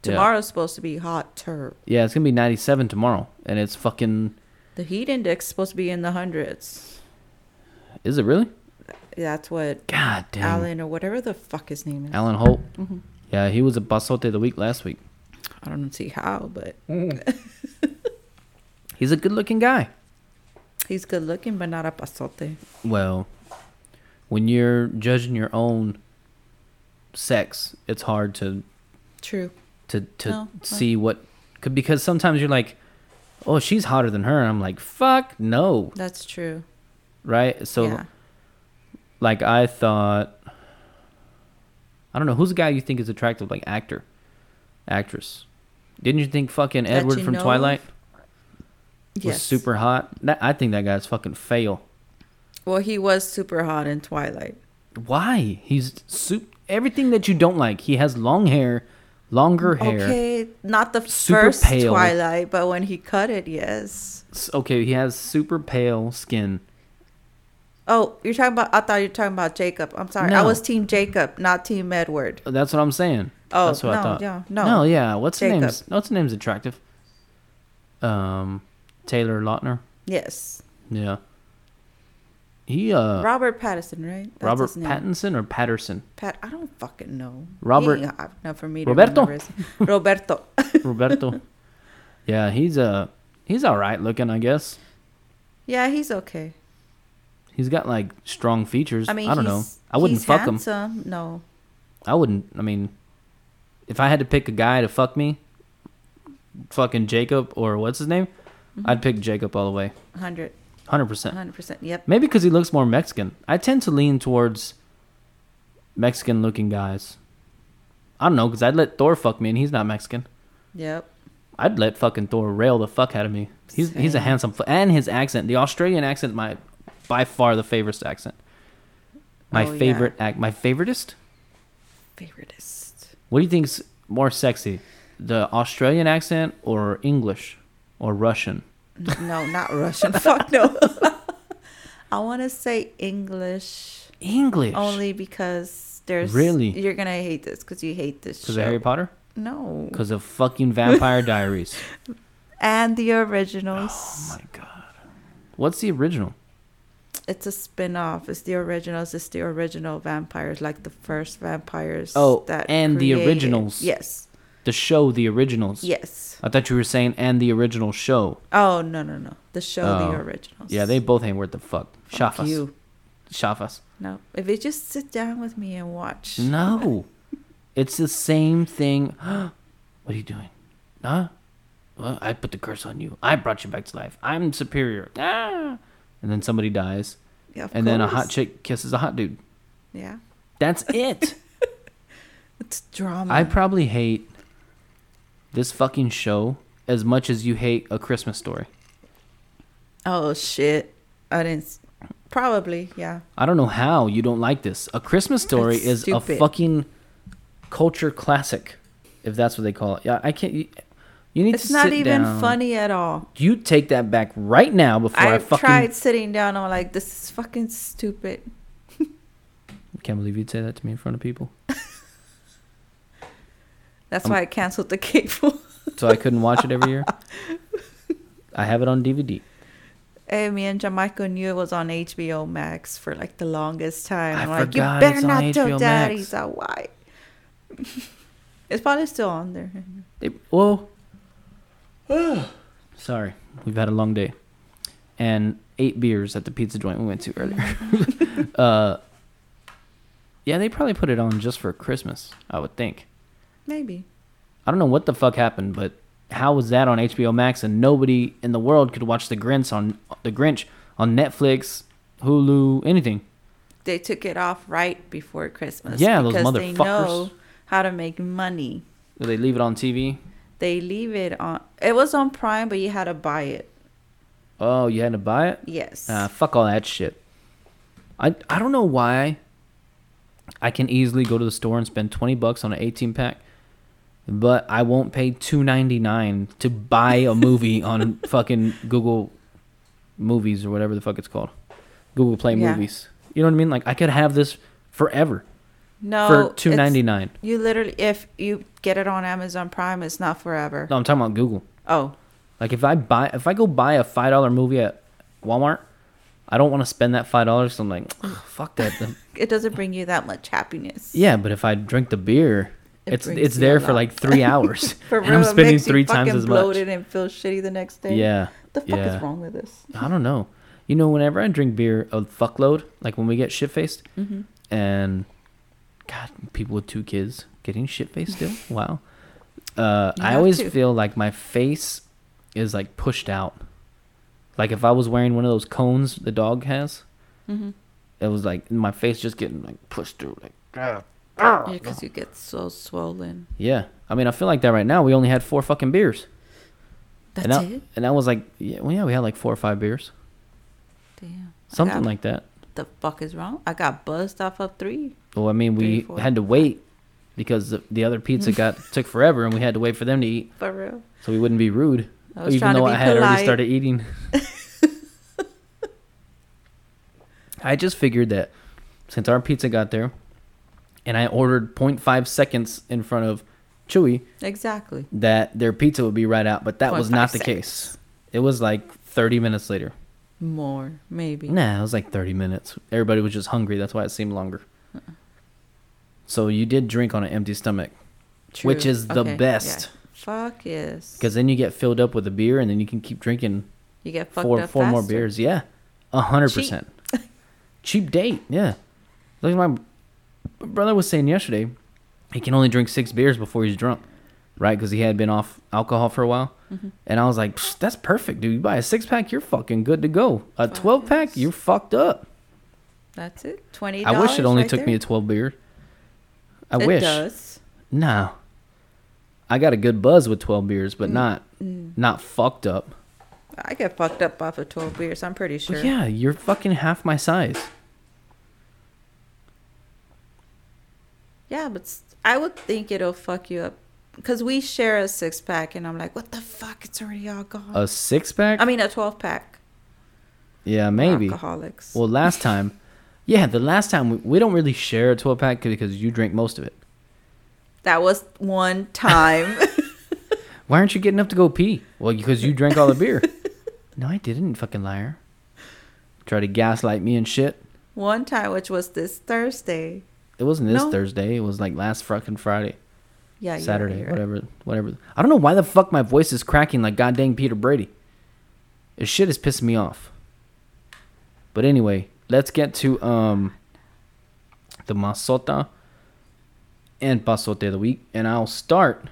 C: Tomorrow's supposed to be hotter.
B: Yeah, it's gonna be ninety seven tomorrow, and it's fucking.
C: The heat index is supposed to be in the hundreds.
B: Is it really?
C: That's what
B: God damn. Alan,
C: Alan or whatever the fuck his name is.
B: Holt. Yeah, he was a basote the week last week.
C: I don't see how, but
B: He's a good looking guy.
C: he's good looking, but not a pasote.
B: Well, when you're judging your own sex, it's hard to
C: True.
B: to to
C: No, no.
B: see what could because sometimes you're like, oh, she's hotter than her. And I'm like, fuck no,
C: That's true.
B: right? So
C: yeah.
B: like I thought, I don't know who's the guy you think is attractive, like actor, actress. Didn't you think fucking
C: That
B: Edward
C: you
B: from
C: know of?
B: Twilight was
C: Yes.
B: super hot? That, I think that guy's fucking fail.
C: Well, he was super hot in Twilight.
B: Why? He's su- everything that you don't like. He has long hair, longer hair.
C: Okay, not the
B: Super
C: first
B: pale.
C: Twilight, but when he cut it, yes.
B: S- okay, he has super pale skin.
C: Oh, you're talking about? I thought you were talking about Jacob. I'm sorry. I
B: No.
C: was Team Jacob, not Team Edward.
B: That's what I'm saying.
C: Oh,
B: That's what
C: no,
B: I thought.
C: yeah, no.
B: no, yeah. What's her
C: Jacob.
B: name's? What's her name's attractive? Um, Taylor Lautner.
C: Yes,
B: Yeah. He uh
C: Robert Pattinson, right? That's
B: Robert
C: his name.
B: Pattinson or Patterson.
C: Pat. I don't fucking know. He
B: Robert-
C: ain't hot enough for me to
B: Roberto.
C: remember his- Roberto.
B: Roberto. yeah, he's uh he's all right looking, I guess.
C: yeah, he's okay.
B: He's got like strong features.
C: I mean,
B: I don't know.
C: he's-
B: I wouldn't
C: he's
B: fuck him.
C: handsome. No,
B: I wouldn't. I mean, if I had to pick a guy to fuck me, fucking Jacob or what's his name,
C: Mm-hmm.
B: I'd pick Jacob all the way,
C: 100,
B: hundred percent.
C: 100 percent. Yep.
B: Maybe because he looks more Mexican. I tend to lean towards Mexican-looking guys. I don't know because I'd let Thor fuck me, and he's not Mexican.
C: Yep.
B: I'd let fucking Thor rail the fuck out of me. He's he's a
C: Same.
B: handsome fu- and his accent, the Australian accent, is my by far the favorite accent. My
C: Oh, yeah.
B: favorite act, my favoritist.
C: Favoritist.
B: What do you think's more sexy, the Australian accent or English or Russian?
C: No, not Russian. Fuck no. I want to say English
B: English.
C: only because there's
B: Really?
C: you're gonna hate this because you hate this
B: because
C: show.
B: of Harry Potter,
C: No,
B: because of fucking Vampire Diaries. Oh
C: and the originals.
B: My God, what's the original?
C: It's a spin-off. It's the originals. It's the original vampires, like the first vampires.
B: Oh, and the
C: created-
B: originals.
C: Yes,
B: The show, the originals.
C: yes.
B: I thought you were saying and the original show.
C: Oh no, no, no. The show,
B: Oh.
C: the originals.
B: Yeah, they both ain't worth the fuck.
C: Fuck
B: Shafas.
C: you.
B: Shafas.
C: No, if you just sit down with me and watch.
B: Mm. No. it's the same thing. what are you doing? Huh? Well, I put the curse on you. I brought you back to life. I'm superior. Ah! And then somebody dies.
C: Yeah, of
B: and then a hot
C: course.
B: chick kisses a hot dude.
C: Yeah,
B: That's it.
C: it's drama.
B: I probably hate this fucking show as much as you hate a Christmas story.
C: Oh shit! I didn't. s- Probably, yeah.
B: I don't know how you don't like this. A Christmas Story
C: That's
B: is a
C: stupid.
B: fucking culture classic, if that's what they call it. Yeah, I can't. You, you need
C: It's
B: to
C: not
B: sit
C: even
B: down.
C: funny at all.
B: You take that back right now before I,
C: I
B: fucking
C: tried sitting down. I'm like, this is fucking stupid.
B: can't believe you'd say that to me in front of people.
C: That's why I canceled the cable.
B: So I couldn't watch it every year. I have it on DVD.
C: hey, Eh, me and Jamaica knew it was on HBO Max for like the longest time.
B: I
C: I'm like, you
B: forgot
C: better
B: it's on
C: not
B: HBO
C: tell daddy
B: Max."
C: so why. it's probably still on there.
B: They, well, sorry, we've had a long day, and eight beers at the pizza joint we went to earlier. uh, yeah, they probably put it on just for Christmas, I would think.
C: Maybe.
B: I don't know what the fuck happened, but how was that on HBO Max and nobody in the world could watch the Grinch on the Grinch on Netflix, Hulu, anything?
C: They took it off right before Christmas.
B: Yeah, those
C: they
B: motherfuckers.
C: know how to make money.
B: Did they leave it on TV?
C: They leave it on. It was on Prime, but you had to buy it.
B: Oh, you had to buy it.
C: Yes.
B: Ah, fuck all that shit. I I don't know why I can easily go to the store and spend 20 bucks on an 18 pack, but I won't pay 2.99 to buy a movie on fucking Google Movies or whatever the fuck it's called. Google Play
C: Yeah.
B: Movies. You know what I mean? Like I could have this forever
C: no.
B: for
C: Oh, it's-
B: 2.99.
C: You literally, if you get it on Amazon Prime, it's not forever.
B: No, I'm talking about Google.
C: Oh,
B: Like if I buy if I go buy a five dollar movie at Walmart, I don't want to spend that five dollars. So I'm like, "Ugh, fuck that. The-
C: it doesn't bring you that much happiness.
B: Yeah, but if I drink the beer,
C: It
B: it's
C: brings
B: it's
C: you
B: there
C: a
B: for
C: lot.
B: like three hours,
C: For
B: and
C: real,
B: I'm
C: it
B: spending
C: makes you
B: three times
C: fucking
B: as much.
C: bloated and feel shitty the next day.
B: Yeah,
C: The fuck
B: yeah.
C: is wrong with this?
B: I don't know. You know, whenever I drink beer a fuckload, like when we get shit faced,
C: Mm-hmm.
B: and God, people with two kids getting shit faced still. Wow. Uh,
C: You
B: I
C: have
B: always
C: to.
B: feel like my face is like pushed out. Like if I was wearing one of those cones the dog has,
C: Mm-hmm.
B: it was like my face just getting like pushed through. Like
C: Yeah, because you get so swollen.
B: yeah, I mean I feel like that right now. We only had four fucking beers,
C: That's
B: and that
C: it.
B: and that was like yeah, well yeah we had like four or five beers,
C: Damn. I
B: something
C: got-
B: like that.
C: The fuck is wrong? I got buzzed off of three.
B: Well, I mean
C: Three,
B: we
C: four.
B: had to wait because the, the other pizza got took forever, and we had to wait for them to eat
C: For real.
B: so we wouldn't be rude,
C: I was
B: even
C: trying to
B: though
C: be
B: I had already
C: polite.
B: started eating. I just figured that since our pizza got there, and I ordered 0.5 seconds in front of Chewy,
C: Exactly.
B: that their pizza would be right out, but that was
C: 0.5
B: not the case.
C: seconds.
B: It was like 30 minutes later.
C: More, maybe.
B: Nah, it was like 30 minutes. Everybody was just hungry. That's why it seemed longer. So you did drink on an empty stomach, which
C: True.
B: is the
C: Okay, yeah.
B: best
C: Fuck yes.
B: because then you get filled up with a beer and then you can keep drinking
C: you get fucked
B: four
C: up
B: four more
C: faster.
B: beers. Yeah, a hundred percent. Cheap date. Yeah. Look at my my brother was saying yesterday, he can only drink six beers before he's drunk, right? Because he had been off alcohol for a while.
C: Mm-hmm.
B: And I was like, "Psh, that's perfect, dude. You buy a six pack, you're fucking good to go. A twelve pack, you're fucked up.
C: That's it. Twenty.
B: I wish it only
C: right
B: took me
C: there.
B: a twelve beer. I
C: it
B: wish.
C: does.
B: No. I got a good buzz with twelve beers,
C: Mm.
B: but not not fucked up.
C: I get fucked up off of twelve beers. I'm pretty sure.
B: But yeah, you're fucking half my size.
C: Yeah, but s- I would think it'll fuck you up because we share a six pack, and I'm like, what the fuck? It's already all gone.
B: A six pack?
C: I mean, a twelve pack.
B: yeah, maybe.
C: Alcoholics.
B: Well, last time, yeah, the last time we, we don't really share a 12 pack because you drink most of it.
C: that was one time.
B: Why aren't you getting up to go pee? Well, because you drank all the beer. no, I didn't, fucking liar. Try to gaslight me and shit.
C: one time, which was this Thursday.
B: It wasn't this
C: No.
B: Thursday. It was like last fucking Friday,
C: Yeah, you're right,
B: Saturday,
C: you're right.
B: whatever, whatever. I don't know why the fuck my voice is cracking like goddamn Peter Brady. This shit is pissing me off. But anyway, let's get to um the masota and pasote of the week, and I'll start.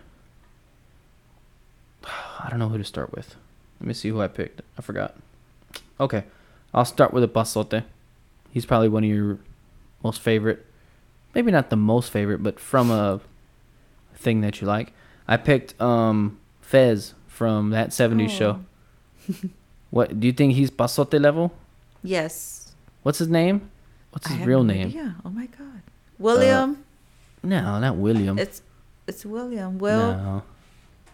B: I don't know who to start with. Let me see who I picked. I forgot. Okay, I'll start with a pasote. He's probably one of your most favorite, maybe not the most favorite, but from a thing that you like. I picked um Fez from that '70s show.
C: Oh.
B: what do you think he's pasote level?
C: Yes.
B: What's his name? What's his
C: have
B: real
C: no
B: name? Uh,
C: idea. Oh my god. William.
B: No, not William.
C: it's it's William. Will.
B: no.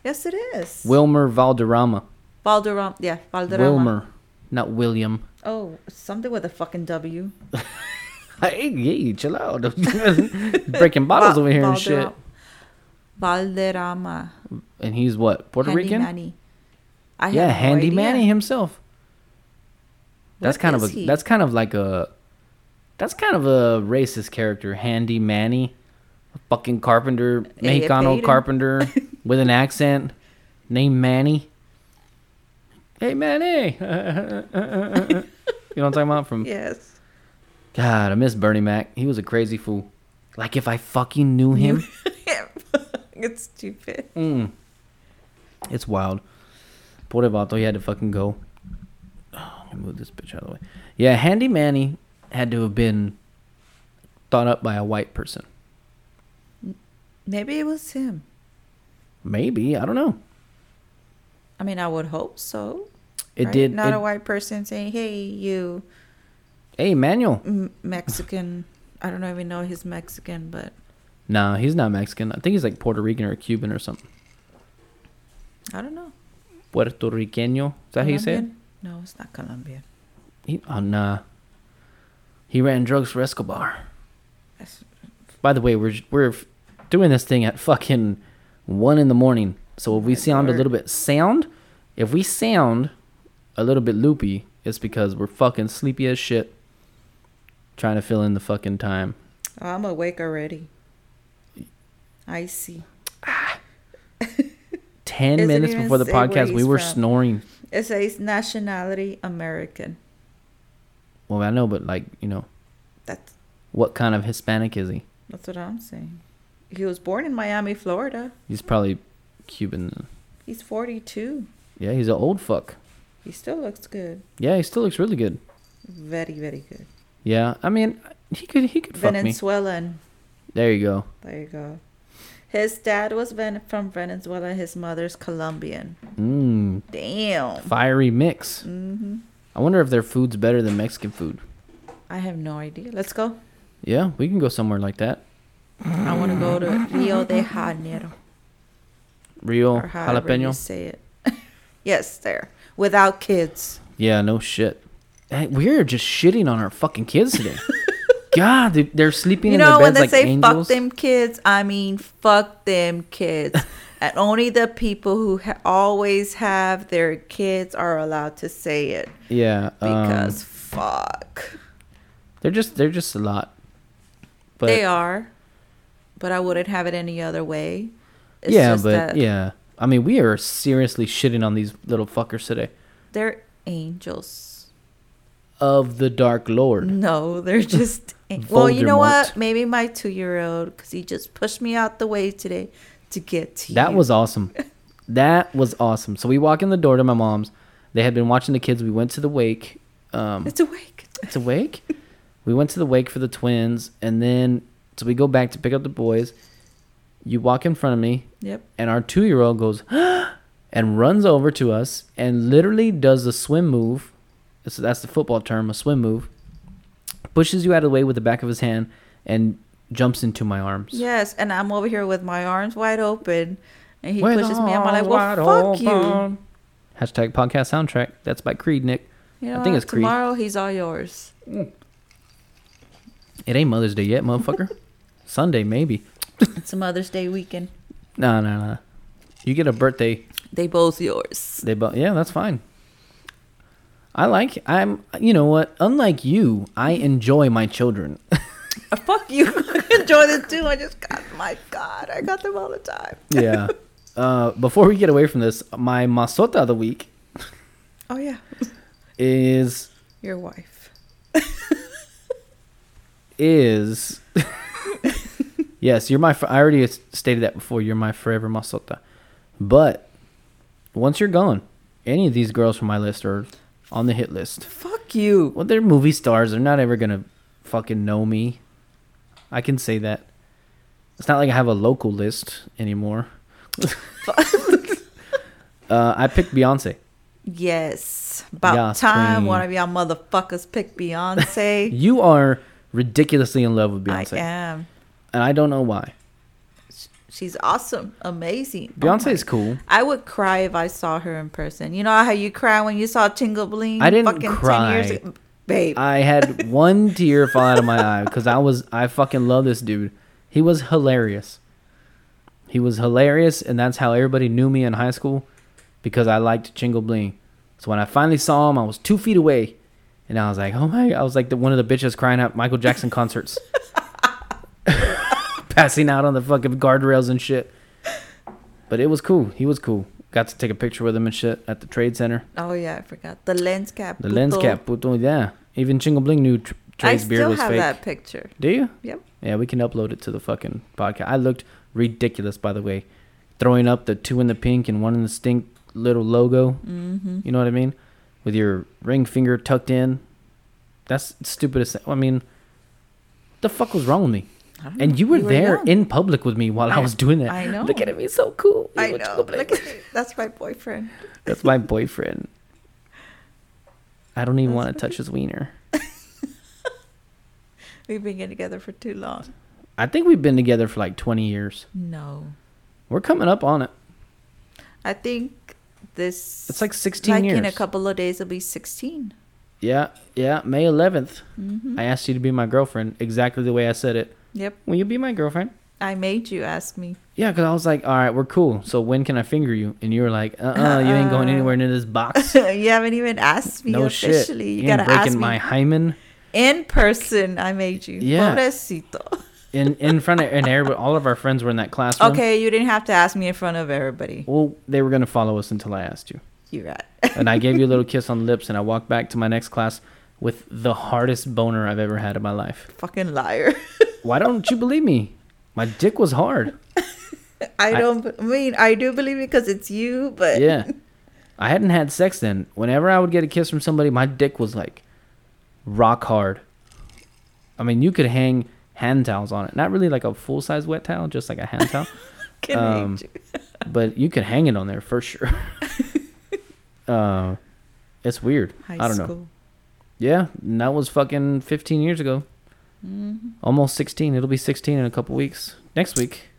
C: Yes, it is.
B: Wilmer Valderrama.
C: Valderrama. Yeah, Valderrama.
B: Wilmer, not William.
C: Oh, something with a fucking W.
B: Hey, hey, chill out. Breaking bottles
C: Val-
B: over here and
C: Valderam-
B: shit.
C: Valderrama.
B: And he's what? Puerto
C: Handy
B: Rican?
C: Manny. I
B: Yeah,
C: have no
B: Handy
C: idea.
B: Manny himself. That's
C: What
B: kind of a
C: is he?
B: that's kind of like a that's kind of a racist character, Handy Manny. A fucking carpenter,
C: Hey, it paid
B: Mexicano
C: him.
B: carpenter with an accent named Manny. Hey Manny. you know what I'm talking about from
C: Yes.
B: God, I miss Bernie Mac. He was a crazy fool. Like if I fucking knew him,
C: it's stupid.
B: it's wild. Pobre vato, he had to fucking go. Oh, let me move this bitch out of the way. Yeah, Handy Manny had to have been thought up by a white person.
C: Maybe it was him.
B: Maybe I don't know.
C: I mean, I would hope so.
B: It
C: right?
B: did.
C: Not
B: it-
C: a white person saying, "Hey, you
B: Hey, Manuel.
C: M- Mexican." I don't even know he's Mexican, but
B: Nah, he's not Mexican. I think he's like Puerto Rican or Cuban or something.
C: I don't know.
B: Puerto Riqueño. Is that how you say it?
C: Colombian? No, it's not Colombian.
B: He, oh nah. He ran drugs for Escobar.
C: That's-
B: By the way, we're we're doing this thing at fucking one in the morning. So if we sound a
C: Lord.
B: little bit sound, if we sound a little bit loopy, it's because we're fucking sleepy as shit, trying to fill in the fucking time.
C: oh, I'm awake already. I see.
B: Ten
C: Doesn't
B: minutes
C: even
B: before the
C: say where
B: podcast, we
C: he's
B: were
C: from.
B: snoring.
C: It says nationality American.
B: Well, I know, but like you know,
C: That's
B: what kind of Hispanic is he?
C: that's what I'm saying. He was born in Miami, Florida.
B: He's probably Cuban.
C: He's 42.
B: Yeah, he's an old fuck.
C: He still looks good.
B: Yeah, he still looks really good.
C: Very, very good.
B: Yeah, I mean, he could he could fuck me.
C: Venezuelan.
B: There you go.
C: There you go. His dad was Ven- from Venezuela. His mother's Colombian.
B: Mmm,
C: Damn.
B: fiery mix.
C: hmm
B: I wonder if their food's better than Mexican food.
C: I have no idea. Let's go.
B: Yeah, we can go somewhere like that.
C: I want to go to Rio de Janeiro.
B: Real Oh,
C: Or however you
B: jalapeno.
C: say it. yes, there. Without kids.
B: Yeah, no shit. Hey, we're just shitting on our fucking kids today. God, dude, they're sleeping
C: You
B: in
C: know,
B: their
C: when
B: beds
C: they
B: like
C: say
B: angels.
C: fuck them kids, I mean fuck them kids. and only the people who ha- always have their kids are allowed to say it.
B: Yeah, because
C: Because fuck.
B: they're just they're just a lot. But
C: they are. But I wouldn't have it any other way. It's
B: yeah,
C: just
B: but
C: that
B: yeah, I mean, we are seriously shitting on these little fuckers today.
C: They're angels.
B: Of the Dark Lord.
C: No, they're just. well, you know
B: Voldemort.
C: what? Maybe my two year old, because he just pushed me out the way today to get to
B: That
C: you.
B: was awesome. That was awesome. So we walk in the door to my mom's. They had been watching the kids. We went to the wake. Um,
C: It's awake.
B: it's a wake. we went to the wake for the twins, and then so we go back to pick up the boys. You walk in front of me,
C: Yep.
B: and our two-year-old goes and runs over to us and literally does a swim move. So that's the football term, a swim move. Pushes you out of the way with the back of his hand and jumps into my arms.
C: Yes, and I'm over here with my arms wide open, and he
B: With
C: pushes me. I'm like, well,
B: arms
C: fuck
B: wide
C: you.
B: open. Hashtag podcast soundtrack. That's by Creed, Nick.
C: you know
B: I think
C: what?
B: it's Creed.
C: Tomorrow he's all yours.
B: It ain't Mother's Day yet, motherfucker. Sunday, maybe.
C: It's a Mother's Day weekend.
B: No, no, no. You get a birthday.
C: They both yours.
B: They bo- Yeah, that's fine. I like. I'm. You know what? Unlike you, I enjoy my children.
C: Uh, fuck you. Enjoy this too. I just got my God. I got them all the time.
B: yeah. Uh, before we get away from this, my masota of the week
C: Oh yeah,
B: is
C: your wife.
B: is yes, you're my. fo- I already s- stated that before. You're my forever masota. But once you're gone, any of these girls from my list are on the hit list.
C: Fuck you.
B: Well, they're movie stars. They're not ever gonna fucking know me. I can say that. It's not like I have a local list anymore. uh, I picked Beyonce.
C: Yes. About
B: Yas
C: time
B: queen.
C: one of y'all motherfuckers picked Beyonce.
B: You are ridiculously in love with
C: I
B: Beyonce,
C: am.
B: and I don't know why.
C: She's awesome, amazing. Oh
B: Beyonce
C: my-
B: is cool.
C: I would cry if I saw her in person. You know how you cry when you saw Tingle Bling?
B: I didn't cry.
C: ago? Babe,
B: I had one tear fall out of my eye because I was I fucking love this dude. He was hilarious. He was hilarious, and that's how everybody knew me in high school because I liked Chingo Bling. So when I finally saw him, I was two feet away, and I was like, "Oh my!" I was like the one of the bitches crying at Michael Jackson concerts, passing out on the fucking guardrails and shit. But it was cool. He was cool. Got to take a picture with him and shit at the trade center.
C: oh yeah, I forgot. The lens cap.
B: The lens
C: puto.
B: cap, puto, yeah. Even Chingo Bling knew Tr-
C: I
B: Trey's beard
C: still
B: was
C: have
B: fake.
C: that picture.
B: Do you?
C: Yep.
B: Yeah, we can upload it to the fucking podcast. I looked ridiculous, by the way, throwing up the two in the pink and one in the stink little logo. Mm-hmm. You know what I mean? With your ring finger tucked in. That's stupidest. I mean, the fuck was wrong with me? And you were
C: You were
B: there
C: young.
B: in public with me while I, was doing that.
C: I know.
B: Look at him, he's so cool. He's
C: I
B: with
C: know.
B: Jacob Blake.
C: Look at me. That's my boyfriend.
B: That's my boyfriend. I don't even want to touch his wiener.
C: We've been getting together for too long.
B: I think we've been together for like 20 years.
C: No.
B: We're coming up on it.
C: I think this.
B: It's like 16
C: like
B: years.
C: in a couple of days, it'll be 16.
B: Yeah, yeah, May 11th.
C: Mm-hmm.
B: I asked you to be my girlfriend exactly the way I said it.
C: Yep.
B: Will you be my girlfriend?
C: I made you ask me.
B: Yeah, because I was like, all right, we're cool. So when can I finger you? And you were like, uh uh you ain't going anywhere near this box.
C: you haven't even asked me
B: No shit.
C: officially. You,
B: ain't
C: gotta ask
B: breaking
C: me
B: my hymen
C: in person. I made you.
B: Yeah.
C: Pobrecito.
B: in, in front of an everybody. All of our friends were in that classroom.
C: Okay, you didn't have to ask me in front of everybody.
B: Well, they were going to follow us until I asked you.
C: You're right.
B: And I gave you a little kiss on the lips, and I walked back to my next class with the hardest boner I've ever had in my life.
C: Fucking liar.
B: Why don't you believe me? My dick was hard.
C: I don't b- I mean I do believe it because it's you, but
B: yeah. I hadn't had sex then. Whenever I would get a kiss from somebody, my dick was like rock hard. I mean, you could hang hand towels on it. Not really like a full size wet towel, just like a hand towel.
C: Can
B: Um,
C: you-
B: but you could hang it on there for sure. uh, it's weird.
C: High
B: I don't
C: school.
B: know. Yeah, and that was fucking 15 years ago.
C: Mm-hmm.
B: Almost 16. It'll be 16 in a couple weeks. Next week.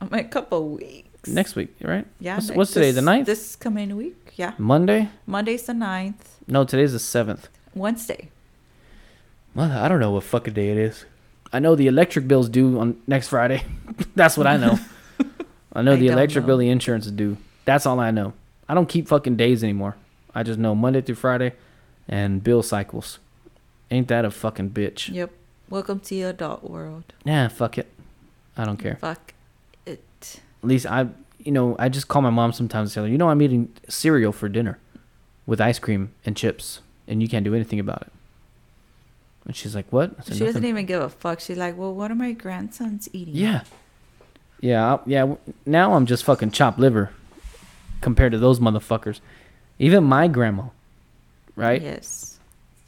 C: I'm a couple weeks.
B: Next week, right?
C: yeah.
B: What's,
C: next-
B: what's today? The
C: this-
B: 9th?
C: This coming week. Yeah.
B: Monday?
C: Monday's the 9th.
B: No, today's the 7th.
C: Wednesday.
B: Well, I don't know what fucking day it is. I know the electric bill's due on next Friday. That's what I know. I know
C: I
B: the
C: don't
B: electric
C: know.
B: bill, the insurance is due. That's all I know. I don't keep fucking days anymore. I just know Monday through Friday and bill cycles. Ain't that a fucking bitch?
C: Yep. Welcome to your adult world.
B: Nah, fuck it. I don't care.
C: Fuck it.
B: At least I, you know, I just call my mom sometimes and tell her, you know, I'm eating cereal for dinner with ice cream and chips, and you can't do anything about it. And she's like, what? I said,
C: She doesn't
B: "Nothing."
C: even give a fuck. She's like, well, what are my grandsons eating?
B: Yeah. Yeah, I- yeah. w- Now I'm just fucking chopped liver compared to those motherfuckers. Even my grandma, right?
C: Yes.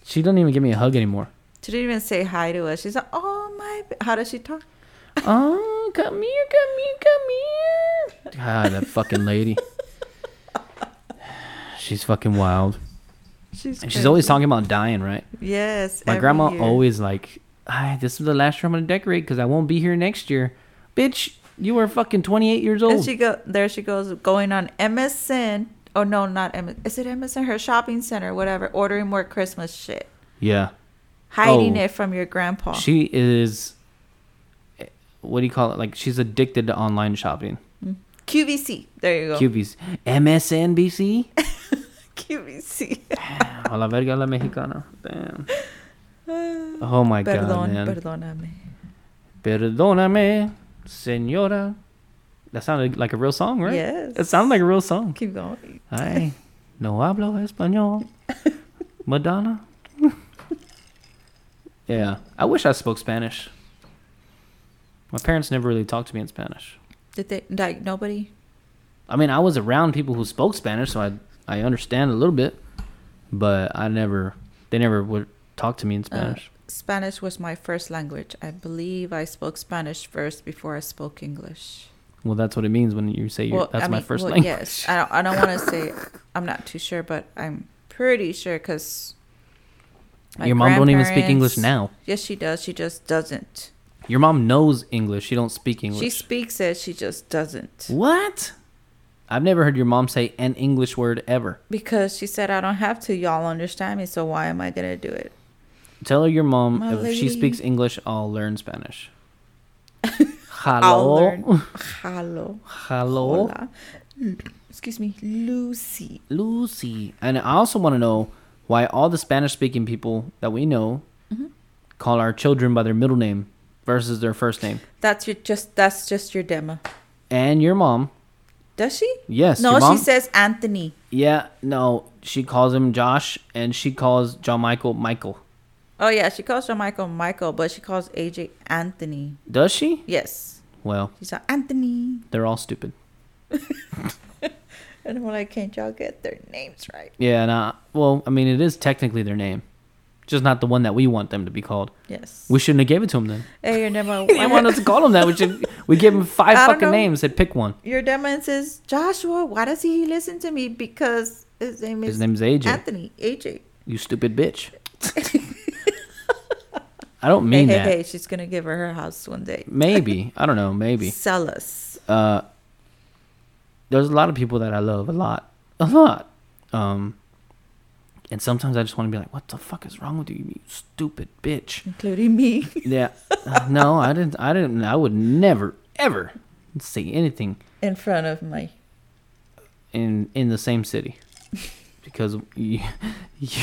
B: She doesn't even give me a hug anymore.
C: She didn't even say hi to us. She's like, oh, my. ba-" How does she talk?
B: oh, come here, come here, come here. God, that fucking lady. She's fucking wild.
C: She's
B: And she's always
C: crazy.
B: talking about dying, right?
C: Yes.
B: My
C: every
B: grandma
C: year.
B: always like, "Ay, this is the last year I'm gonna decorate because I won't be here next year. Bitch, you are fucking 28 years old.
C: And she go there. She goes going on MSN. Oh no, not MSN. Is it MSN? Her shopping center, whatever. Ordering more Christmas shit,
B: yeah.
C: hiding
B: Oh.
C: it from your grandpa.
B: She is, what do you call it? Like she's addicted to online shopping.
C: QVC. There you go.
B: QVC, MSNBC,
C: QVC.
B: a la verga la mexicana. Damn. Oh my god,
C: Perdón,
B: man.
C: perdóname.
B: Perdóname, señora. That sounded like a real song, right?
C: Yes.
B: It sounded like a real song.
C: Keep going.
B: Ay, no hablo español. Madonna. yeah, I wish I spoke Spanish. My parents never really talked to me in Spanish.
C: Did they like nobody?
B: I mean, I was around people who spoke Spanish, so I I understand a little bit, but I never they never would talk to me
C: Uh,
B: in Spanish.
C: Spanish was my first language. I believe I spoke Spanish first before I spoke English.
B: well, that's what it means when you say you're,
C: Well,
B: that's
C: I
B: my
C: mean,
B: first
C: well,
B: language.
C: Yes, I don't. I don't want to say. I'm not too sure, but I'm pretty sure because
B: Your mom don't even speak English now.
C: Yes, she does. She just doesn't.
B: Your mom knows English. She don't speak English.
C: She speaks it. She just doesn't
B: what? I've never heard your mom say an English word ever.
C: because she said, "I don't have to. Y'all understand me, so why am I gonna do it?"
B: Tell her your mom
C: My
B: if she
C: lady.
B: speaks English, I'll learn Spanish.
C: I'll learn.
B: Hello,
C: Hello.
B: hello,
C: Hola. L- Excuse me, Lucy.
B: Lucy. And I also want to know why all the Spanish speaking people that we know
C: Mm-hmm.
B: call our children by their middle name versus their first name.
C: That's your just. That's just your demo.
B: And your mom.
C: Does she?
B: Yes,
C: No,
B: your mom-
C: she says Anthony.
B: Yeah, no, she calls him Josh and she calls John Michael Michael.
C: Oh yeah, she calls John Michael Michael, but she calls AJ Anthony.
B: Does she?
C: Yes,
B: Well,
C: she's like Anthony,
B: they're all stupid.
C: and I'm like, can't y'all get their names right?
B: Yeah, and I, well, I mean, it is technically their name, just not the one that we want them to be called.
C: Yes.
B: We shouldn't have gave it to him then.
C: hey, your demo.
B: We didn't want us to call him that. We should. We gave him five
C: I don't
B: fucking
C: know.
B: names. Said pick one.
C: your demo says Joshua. Why does he listen to me? Because his name is
B: His name's AJ.
C: Anthony AJ.
B: You stupid bitch. I don't mean
C: hey,
B: that.
C: hey, hey, she's gonna give her her house one day.
B: Maybe I don't know. Maybe
C: Sell us.
B: uh, there's a lot of people that I love a lot, a lot. Um, and sometimes I just want to be like, "What the fuck is wrong with you, you stupid bitch?"
C: Including me.
B: Yeah. Uh, no, I didn't. I didn't. I would never, ever say anything
C: In front of my
B: in in the same city because you, you,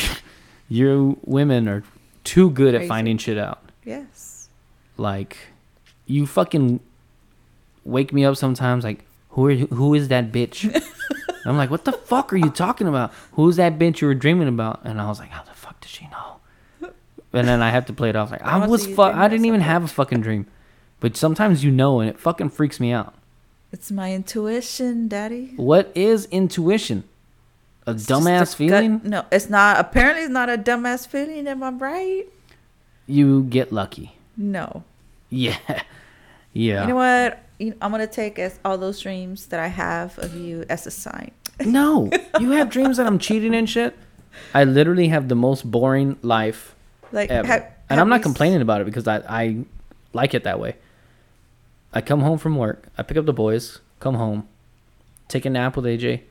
B: your women are too good at
C: Crazy.
B: finding shit out.
C: Yes.
B: Like, you fucking wake me up sometimes. Like, who are you, who is that bitch? And I'm like, what the fuck are you talking about? Who's that bitch you were dreaming about? And I was like, how the fuck does she know? And then I have to play it off like I
C: Also,
B: was
C: you
B: fu-
C: dreamed
B: I
C: of
B: didn't even
C: something.
B: have a fucking dream, but sometimes you know, and it fucking freaks me out.
C: It's my intuition, Daddy.
B: What is intuition? A dumbass
C: Just a gut-
B: feeling?
C: no, it's not. Apparently, it's not a dumbass feeling. Am I right?
B: You get lucky.
C: No.
B: Yeah. Yeah.
C: You know what? You- I'm gonna take as all those dreams that I have of you as a sign.
B: No, you have dreams that I'm cheating and shit. I literally have the most boring life
C: Like,
B: ever,
C: have-
B: and
C: have
B: I'm not
C: you-
B: complaining about it because I I like it that way. I come home from work, I pick up the boys, come home, take a nap with AJ,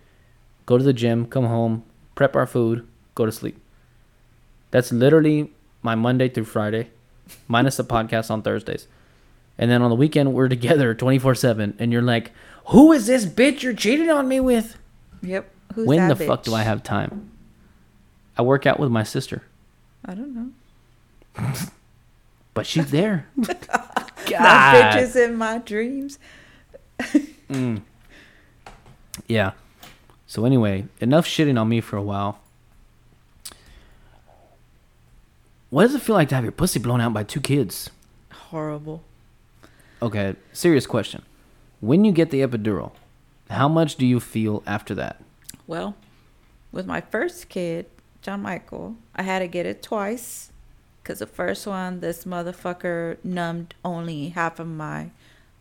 B: go to the gym, come home, prep our food, go to sleep. That's literally my Monday through Friday, minus the podcast on Thursdays. And then on the weekend we're together 24/7 and you're like, "Who is this bitch you're cheating on me with?"
C: Yep. Who's
B: when the
C: that
B: fuck do
C: bitch?
B: I have time? I work out with my sister,
C: I don't know.
B: but she's there. Ah.
C: That
B: God.
C: bitch is in my dreams.
B: Yeah. So anyway, enough shitting on me for a while. What does it feel like to have your pussy blown out by two kids?
C: Horrible.
B: Okay, serious question. When you get the epidural, how much do you feel after that?
C: Well, with my first kid, John Michael, I had to get it twice. Because the first one, this motherfucker numbed only half of my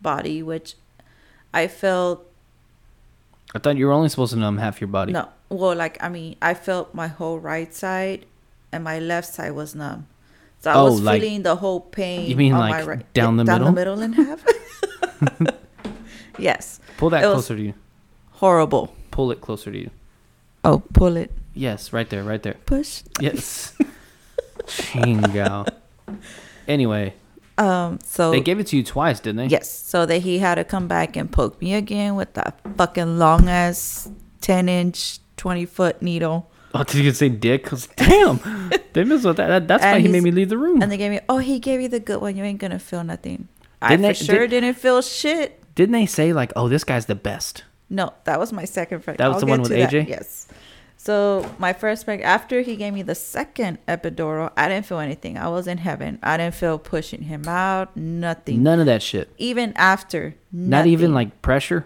C: body, which I felt
B: I thought you were only supposed to numb half your body.
C: no. Well, like, I mean, I felt my whole right side and my left side was numb. So I
B: Oh,
C: was
B: like-
C: feeling the whole pain.
B: You mean
C: on
B: like
C: my right,
B: down the
C: Down the
B: middle?
C: middle in half? yes.
B: Pull that
C: It was
B: closer to you.
C: Horrible.
B: Pull it closer to you.
C: Oh, pull it.
B: Yes, right there, right there.
C: Push.
B: Yes. Chingo. Anyway,
C: Um, so
B: they gave it to you twice, didn't they?
C: Yes, so that he had to come back and poke me again with that fucking long ass 10 inch, 20 foot needle.
B: Oh, did you say dick? 'Cause damn, they messed with that. that that's why
C: And
B: he made
C: he's-
B: me leave the room.
C: And they gave me, oh, he gave you the good one. You ain't gonna feel nothing. I for
B: Didn't they-
C: sure
B: did-
C: didn't feel shit.
B: didn't they say like, "Oh, this guy's the best"?
C: No, that was my second pregnancy.
B: That was the one with AJ?
C: Yes. So my first preg after he gave me the second epidural, I didn't feel anything. I was in heaven. I didn't feel pushing him out. Nothing.
B: None of that shit.
C: Even after.
B: Not even
C: nothing.
B: like pressure.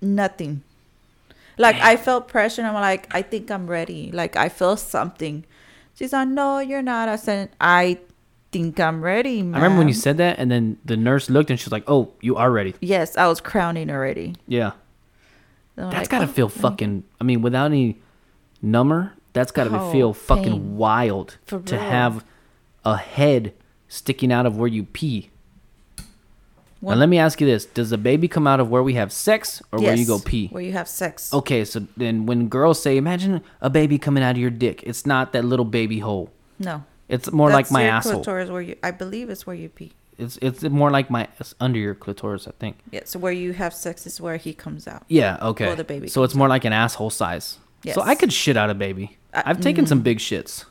C: nothing. Like I felt pressure. and I'm like, I think I'm ready. Like I feel something. She's like, No, you're not. I said, I think I'm ready.
B: I remember when you
C: ma'am."
B: said that, and then the nurse looked and she was like, "Oh, you are ready."
C: Yes, I was crowning already.
B: Yeah,
C: That's
B: that's gotta feel
C: mm-hmm."
B: fucking. I mean, without any number, that's gotta be feel
C: Oh,
B: fucking
C: pain.
B: wild
C: For
B: to
C: real.
B: have a head sticking out of where you pee.
C: What-
B: Now let me ask you this: Does the baby come out of where we have sex or where you go pee?
C: "Oh,
B: Oh.
C: Where you have sex.
B: Okay, so then when girls say, "Imagine a baby coming out of your dick," it's not that little baby hole.
C: No.
B: It's more like
C: That's
B: my
C: your
B: asshole.
C: Clitoris where you, I believe it's where you pee.
B: It's it's more like my it's under your clitoris, I think.
C: Yeah, so where you have sex is where he comes out.
B: Yeah. Okay.
C: Or the baby
B: So it's more like an asshole size. So I
C: Yes.
B: could shit out a baby.
C: I- Mm.
B: I've taken some big shits,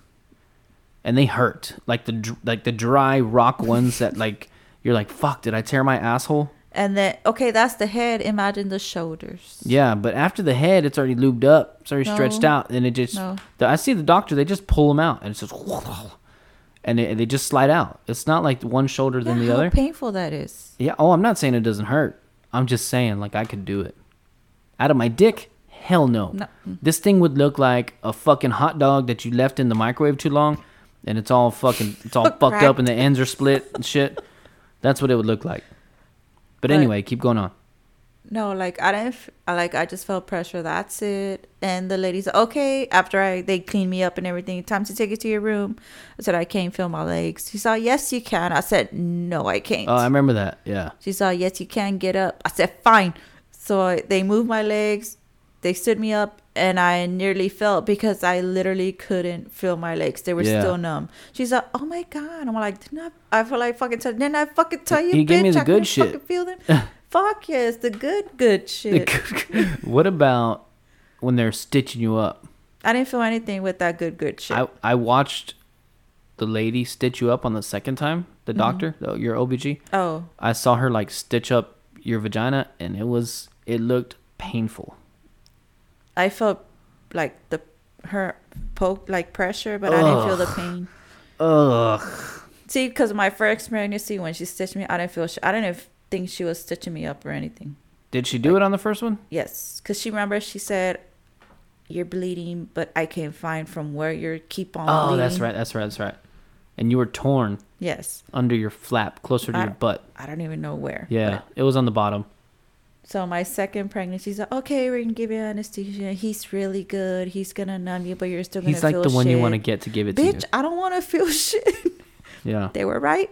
B: and they hurt like the dr- like the dry rock ones that like you're like fuck. Did I tear my asshole?
C: And then, okay, that's the head. Imagine the shoulders.
B: Yeah, but after the head, it's already lubed up. It's already stretched
C: No.
B: out, and it just.
C: No.
B: The, I see the doctor; they just pull them out, and it's just, and they, they just slide out. It's not like one shoulder than
C: Yeah,
B: the
C: how
B: other.
C: painful that is.
B: Yeah. Oh, I'm not saying it doesn't hurt. I'm just saying like I could do it. Out of my dick, hell no.
C: No.
B: This thing would look like a fucking hot dog that you left in the microwave too long, and it's all fucking it's all fucked up,
C: Cracked.
B: and the ends are split and shit. That's what it would look like. But
C: But-
B: anyway, keep going on.
C: No, like I didn't. f- I like I just felt pressure. That's it. And the ladies, okay. After I they cleaned me up and everything, time to take it to your room. I said I can't feel my legs. She said yes you can. I said no I can't.
B: Oh, I remember that. Yeah.
C: she said yes you can get up. I said fine. So I, they moved my legs. They stood me up and I nearly fell because I literally couldn't feel my legs. They were
B: Yeah.
C: still numb. She's like, oh my god. I'm like, didn't I? I feel like fucking. T- didn't I fucking tell you?
B: You gave me
C: bitch,
B: the
C: I
B: good
C: couldn't
B: shit."
C: Fucking feel them. Fuck yes, the good good shit.
B: what about when they're stitching you up?
C: I didn't feel anything with that good good shit.
B: I I watched the lady stitch you up on the second time. The
C: Mm-hmm.
B: doctor, the- your OBG.
C: oh,
B: I saw her like stitch up your vagina, and it was it looked painful.
C: I felt like the her poke like pressure, but I didn't feel the pain.
B: Ugh.
C: See, because my first pregnancy when she stitched me, I didn't feel. Sh- I didn't f- think she was stitching me up or anything.
B: Did she do it on the first one?
C: Yes, because she remember she said, "You're bleeding, but I can't find from where you keep on."
B: Oh,
C: bleeding.
B: that's right. That's right. That's right. And you were torn
C: Yes,
B: under your flap, closer to
C: I-
B: your butt.
C: I don't even know where.
B: Yeah, it was on the bottom.
C: So my second pregnancy, she's like, "Okay, we're gonna give you anesthesia. He's really good. He's gonna numb you, but you're still gonna
B: He's like
C: feel
B: the one you want to
C: shit."
B: get to give it
C: Bitch,
B: to
C: I don't want to feel shit.
B: you. Yeah.
C: they were right.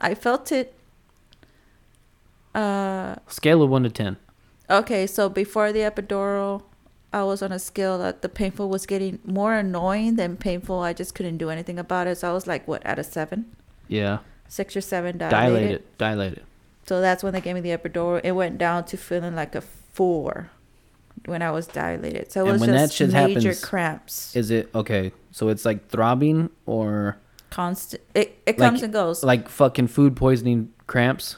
C: I felt it. Uh,
B: Scale of one to ten.
C: okay, so before the epidural, I was on a scale that the painful was getting more annoying than painful. I just couldn't do anything about it. So I was like, what, at a seven,
B: Yeah.
C: six or seven dilated.
B: Dilate it. Dilate it.
C: So that's when they gave me the epidural. It went down to feeling like a four when I was dilated. So it
B: And
C: was
B: when that
C: just
B: shit
C: major
B: happens-
C: cramps,
B: Is it okay? So it's like throbbing or
C: constant. It
B: like
C: it comes and goes.
B: like fucking food poisoning cramps.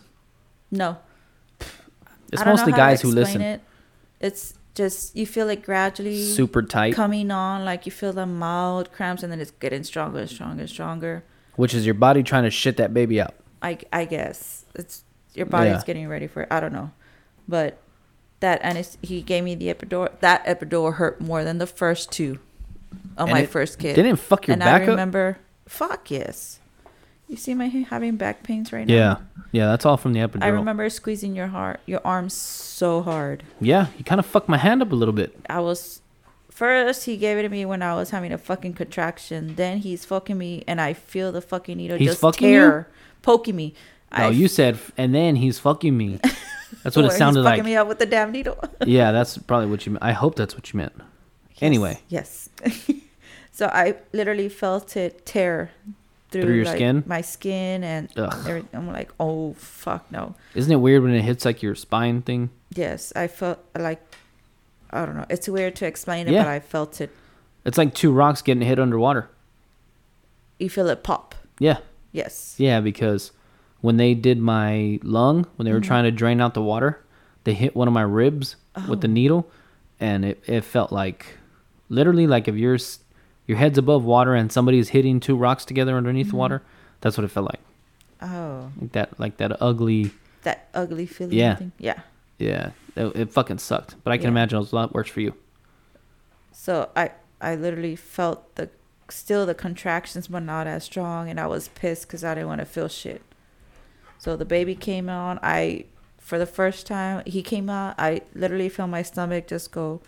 C: no,
B: It's
C: I don't know
B: mostly
C: how to
B: guys who
C: explain
B: listen.
C: It. It's just you feel it gradually
B: Super tight,
C: coming on, like you feel the mild cramps, and then it's getting stronger and stronger and stronger.
B: which is your body trying to shit that baby out.
C: I I guess it's your body's
B: Yeah.
C: getting ready for it. I don't know, but that and it's, he gave me the epidural. That epidural hurt more than the first two on
B: And
C: my
B: it
C: first kid.
B: Didn't it fuck your
C: and
B: back
C: I
B: up?
C: remember, fuck yes. You see my having back pains right now.
B: Yeah. Yeah, that's all from the epidural.
C: I remember squeezing your heart, your arms so hard.
B: Yeah, you kind of fucked my hand up a little bit.
C: I was first he gave it to me when I was having a fucking contraction. Then he's fucking me and I feel the fucking needle
B: He's
C: just
B: fucking
C: tear poking me.
B: No,
C: I
B: you said, and then he's fucking me. That's what
C: swear
B: it sounded
C: he's
B: like.
C: Fucking me up with the damn needle.
B: Yeah, that's probably what you. meant. I hope that's what you meant. Anyway,
C: yes. so I literally felt it tear through,
B: Through your
C: like,
B: skin?
C: my skin and
B: Ugh.
C: everything. I'm like, oh fuck no.
B: isn't it weird when it hits like your spine thing?
C: Yes, I felt like I don't know. It's weird to explain it,
B: Yeah.
C: but I felt it.
B: It's like two rocks getting hit underwater.
C: You feel it pop.
B: Yeah,
C: Yes.
B: yeah, because when they did my lung, when they were trying to drain out the water, they hit one of my ribs with the needle, and it, it felt like, literally, like if your s- your head's above water and somebody's hitting two rocks together underneath the water. That's what it felt like.
C: Oh,
B: Like that, like that ugly.
C: that ugly feeling.
B: Yeah.
C: thing. Yeah.
B: Yeah, it, it fucking sucked. But I can
C: Yeah.
B: imagine it was a lot worse for you.
C: So I I literally felt the still the contractions but not as strong and I was pissed cuz I didn't want to feel shit. So the baby came on. I for the first time he came out, I literally felt my stomach just go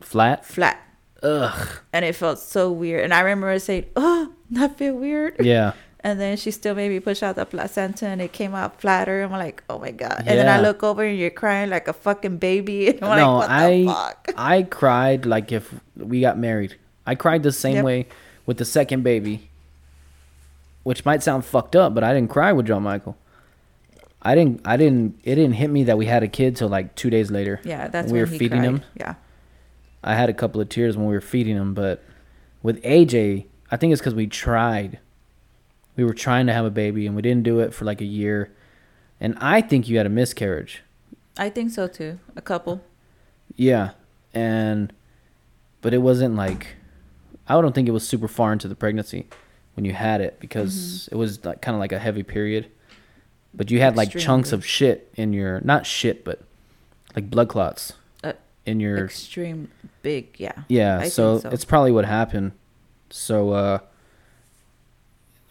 B: Flat.
C: flat
B: Ugh.
C: and it felt so weird. And I remember saying, "Oh, that feel weird."
B: Yeah.
C: And then she still made me push out the placenta and it came out flatter. And I'm like, "Oh my god!" And then I
B: Yeah.
C: look over and you're crying like a fucking baby. And I'm
B: no,
C: like, "What the
B: I
C: fuck?"
B: I cried like if we got married. I cried the same
C: Yep.
B: way with the second baby, which might sound fucked up, but I didn't cry with John Michael. I didn't. I didn't. It didn't hit me that we had a kid till like two days later.
C: Yeah, that's
B: we
C: when
B: were
C: he
B: feeding
C: cried.
B: him.
C: Yeah.
B: I had a couple of tears when we were feeding him, but with AJ, I think it's because we tried. We were trying to have a baby and we didn't do it for like a year, and I think you had a miscarriage.
C: I think so too. A couple.
B: Yeah, and but it wasn't like I don't think it was super far into the pregnancy when you had it because
C: Mm-hmm.
B: it was like kind of like a heavy period. But you had like chunks
C: Extremely.
B: of shit in your not shit, but like blood clots
C: Uh,
B: in your
C: Extreme big, yeah.
B: yeah.
C: I
B: so,
C: think so.
B: it's probably what happened. So uh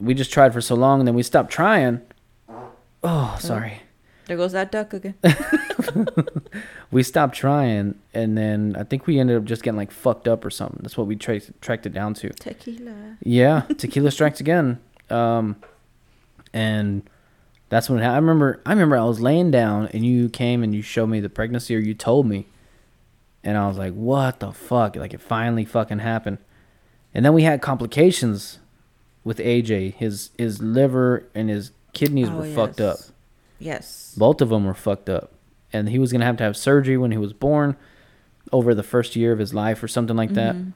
B: we just tried for so long, and then we stopped trying. Oh, sorry.
C: there goes that duck again.
B: we stopped trying and then i think we ended up just getting like fucked up or something that's what we tra- tracked it down to
C: Tequila.
B: yeah tequila strikes again um and that's when it ha- i remember i remember i was laying down and you came and you showed me the pregnancy or you told me and i was like what the fuck like it finally fucking happened and then we had complications with aj his his liver and his kidneys
C: Oh,
B: were fucked up
C: yes. Yes.
B: both of them were fucked up and he was going to have to have surgery when he was born over the first year of his life or something like that
C: Mm-hmm.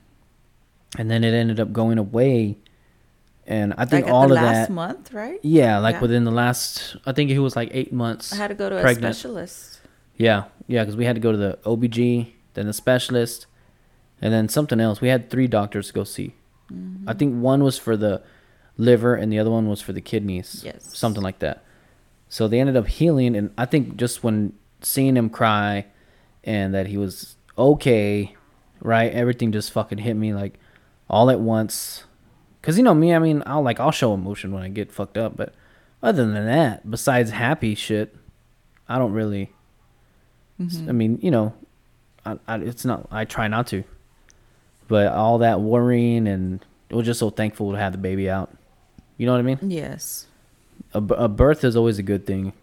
B: and then it ended up going away and i think
C: Like
B: all
C: at
B: of
C: the last
B: that
C: month, right?
B: yeah like
C: Yeah.
B: within the last i think he was like eight months
C: I had to go to a
B: pregnant.
C: specialist.
B: yeah yeah because we had to go to the obg then the specialist and then something else we had three doctors to go see i think one was for the liver and the other one was for the kidneys
C: Yes.
B: something like that so they ended up healing and i think just when seeing him cry and that he was okay, right? Everything just fucking hit me like all at once. Cause you know me, I mean, I'll like I'll show emotion when I get fucked up, but other than that, besides happy shit, I don't really. I mean, you know, I, I, it's not. I try not to, but all that worrying and we're just so thankful to have the baby out. You know what I mean?
C: Yes.
B: a, b- a birth is always a good thing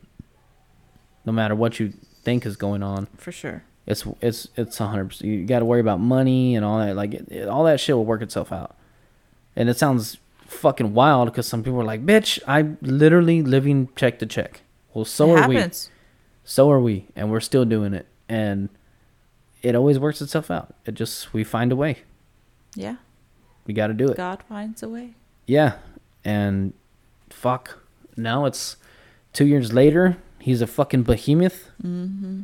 B: no matter what you think is going on
C: For sure.
B: it's it's it's 100% you got to worry about money and all that like it, it- all that shit will work itself out and it sounds fucking wild because some people are like bitch i'm literally living check to check well so
C: it
B: are
C: happens.
B: we so are we and we're still doing it and it always works itself out it just we find a way
C: Yeah.
B: we got to do it
C: God finds a way.
B: yeah. And fuck. Now it's two years later. He's a fucking behemoth. Mm-hmm.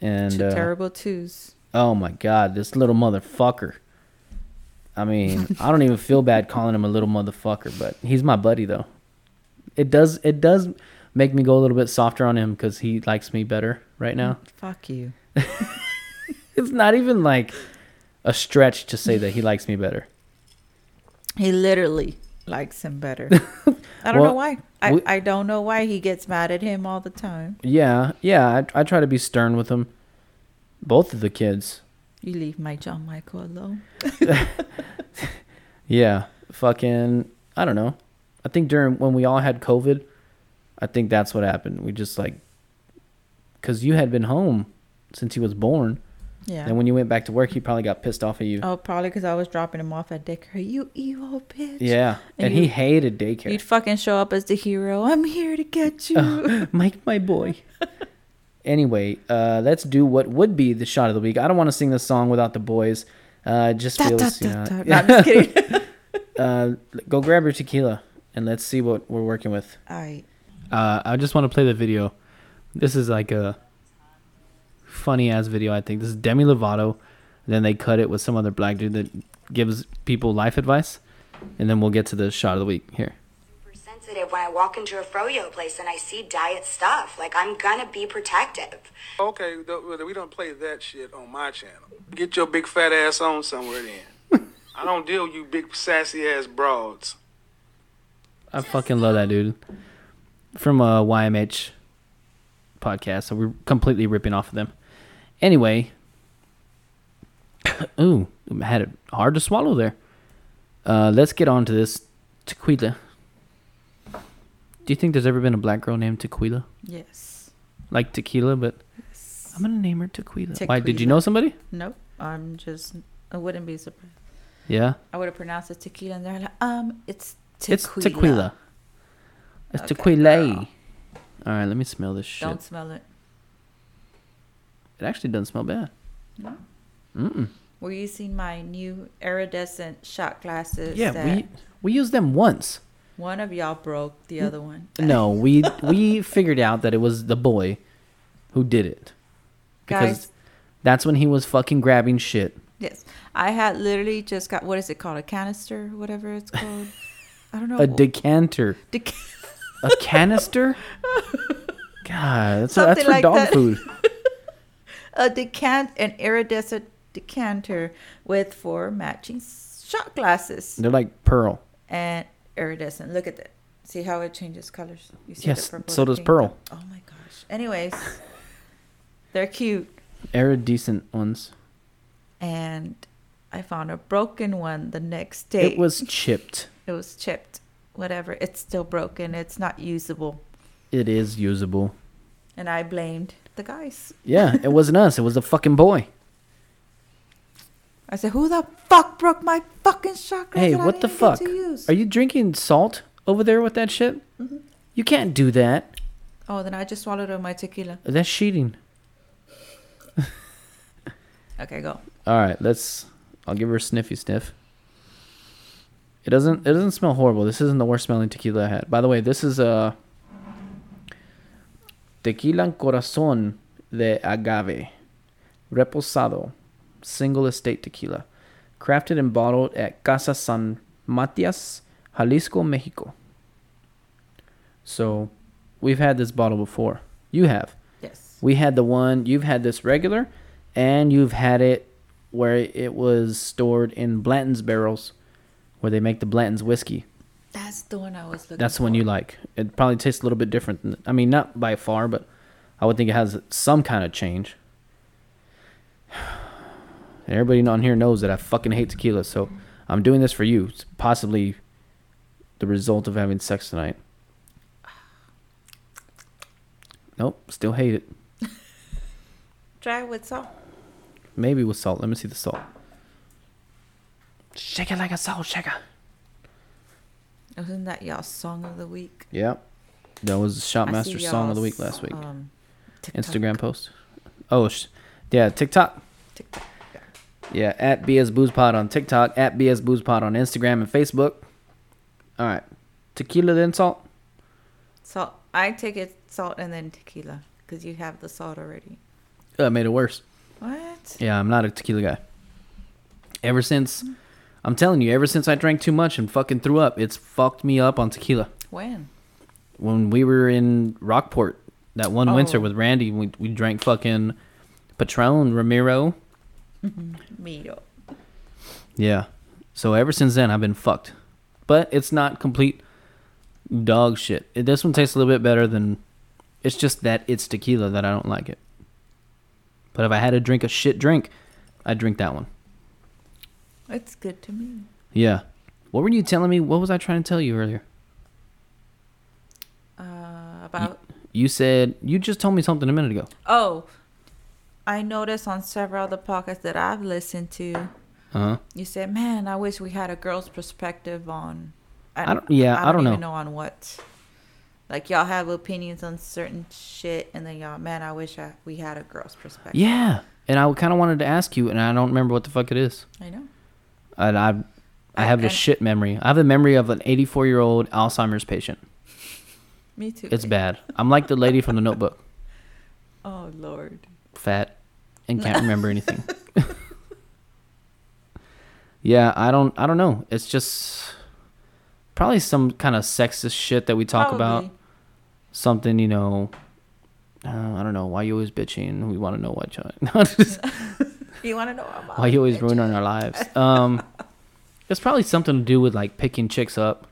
B: And
C: Two
B: uh,
C: terrible twos.
B: oh my god, this little motherfucker. I mean, I don't even feel bad calling him a little motherfucker, but he's my buddy though. It does it does make me go a little bit softer on him because he likes me better right now.
C: Fuck you.
B: It's not even like a stretch to say that he likes me better.
C: He literally likes him better. I don't
B: Well,
C: know why. I,
B: we-
C: I don't know why he gets mad at him all the time.
B: Yeah, yeah. I, I try to be stern with him. Both of the kids.
C: You leave my John Michael alone.
B: Yeah, fucking. I don't know. I think during when we all had COVID, I think that's what happened. We just like, cause you had been home since he was born,
C: Yeah.
B: and when you went back to work, he probably got pissed off at you.
C: oh, probably because I was dropping him off at daycare. You evil bitch.
B: yeah, and,
C: and
B: he
C: you-
B: hated daycare.
C: You'd fucking show up as the hero. I'm here to get
B: Oh,
C: you.
B: Mike, my boy. anyway, uh, let's do what would be the shot of the week. I don't want to sing this song without the boys. Uh, it just
C: Da, da,
B: feels,
C: da,
B: you know,
C: da. No, I'm just kidding.
B: uh, go grab your tequila and let's see what we're working with.
C: all right.
B: Uh, I just want to play the video. This is like a funny ass video. I think this is Demi Lovato. And then they cut it with some other black dude that gives people life advice, and then we'll get to the shot of the week here.
F: super sensitive when I walk into a froyo place and I see diet stuff. Like I'm gonna be protective.
G: Okay, th- we don't play that shit on my channel. Get your big fat ass on somewhere then. I don't deal with you big sassy ass broads.
B: I fucking love that dude from uh, a YMH podcast. So we're completely ripping off of them. Anyway, ooh, had it hard to swallow there. Uh, let's get on to this tequila. Do you think there's ever been a black girl named Tequila?
C: Yes.
B: Like tequila, but I'm gonna name her Tequila. Why? Did you
C: Tequila.
B: know somebody?
C: Nope. I'm just. I wouldn't be surprised.
B: Yeah,
C: I would have pronounced it tequila, and they're like, um, it's tequila.
B: it's tequila. It's tequila. All right, let me smell this shit.
C: Don't smell it.
B: It actually doesn't smell bad.
C: We're using my new iridescent shot glasses.
B: Yeah,
C: that
B: we we used them once.
C: one of y'all broke the other one.
B: No, we we figured out that it was the boy who did it because
C: Guys,
B: that's when he was fucking grabbing shit.
C: yes, I had literally just got what is it called? A canister, whatever it's called. I don't know.
B: A decanter,
C: Dec-
B: a canister. God, that's, that's
C: Something
B: for
C: like
B: dog
C: that.
B: food.
C: a decant, an iridescent decanter with four matching shot glasses
B: They're like pearl.
C: and iridescent. Look at that. See how it changes colors? You see the
B: Yes,
C: purple,
B: so
C: the
B: does
C: pink,
B: pearl.
C: the- Oh my gosh. Anyways, they're cute.
B: Iridescent ones.
C: and I found a broken one the next day.
B: It was chipped.
C: it was chipped, whatever. It's still broken. It's not usable,
B: It is usable.
C: and I blamed the guys.
B: Yeah, it wasn't us. It was the fucking boy.
C: I said, "Who the fuck broke my fucking shot glass
B: Hey,
C: that I
B: what the
C: didn't get
B: fuck?
C: to use?" Mm-hmm.
B: Are you drinking salt over there with that shit? You can't do that.
C: oh, then I just swallowed all my tequila.
B: That's cheating.
C: Okay, go.
B: All right, let's. I'll give her a sniffy sniff. It doesn't. It doesn't smell horrible. This isn't the worst smelling tequila I had. By the way, this is a tequila corazón de agave, reposado, single estate tequila, crafted and bottled at Casa San Matias, Jalisco, Mexico. So, we've had this bottle before. You have.
C: Yes.
B: We had the one you've had this regular, and you've had it where it was stored in Blanton's barrels, where they make the Blanton's whiskey.
C: That's the one I was looking.
B: That's the one you like. It probably tastes a little bit different. Than, I mean, not by far, but I would think it has some kind of change. And everybody on here knows that I fucking hate tequila, so I'm doing this for you. It's possibly the result of having sex tonight. Nope, still hate it.
C: Dry with salt.
B: Maybe with salt. Let me see the salt. Shake it like a salt shaker.
C: Wasn't that y'all song of the week?
B: Yep. That was the
C: I see
B: Shopmaster song of the week last
C: y'all's,
B: week.
C: Um, TikTok.
B: Instagram post. Oh, sh- yeah, TikTok.
C: TikTok.
B: Yeah, at BS Booze Pod on TikTok, at BS Booze Pod on Instagram and Facebook. All right, tequila then salt.
C: Salt. I take it salt and then tequila because you have the salt already.
B: Uh, it made it worse.
C: What?
B: Yeah, I'm not a tequila guy. Ever since, I'm telling you, ever since I drank too much and fucking threw up, it's fucked me up on tequila.
C: When?
B: When we were in Rockport that one winter
C: Oh.
B: with Randy, we, we drank fucking Patron Ramiro.
C: Me.
B: Yeah. So ever since then, I've been fucked. But it's not complete dog shit. It- This one tastes a little bit better than. It's just that it's tequila that I don't like it. But if I had to drink a shit drink, I'd drink that one.
C: It's good to me.
B: Yeah. What were you telling me? What was I trying to tell you earlier?
C: Uh, about
B: You said. You just told me something a minute ago.
C: oh, I noticed on several of the podcasts that I've listened to,
B: Uh huh.
C: you said, "Man, I wish we had a girl's perspective on."
B: I don't- yeah, I don't
C: even
B: know.
C: know on what. Like y'all have opinions on certain shit, and then y'all, man, I wish I, we had a girl's perspective.
B: Yeah. And I kind of wanted to ask you, and I don't remember what the fuck it is.
C: I know.
B: And I, I have a
C: Okay.
B: shit memory. I have a memory of an 84 year old Alzheimer's patient.
C: Me too.
B: It's bad. I'm like the lady from the Notebook.
C: Oh Lord.
B: fat and can't remember anything. yeah, I don't I don't know. It's just probably some kind of sexist shit that we talk about.
C: Probably.
B: Something, you know, uh, I don't know why you always bitching. We want to know why you
C: You want to know about?
B: why you always ruining our lives. Um it's probably something to do with like picking chicks up.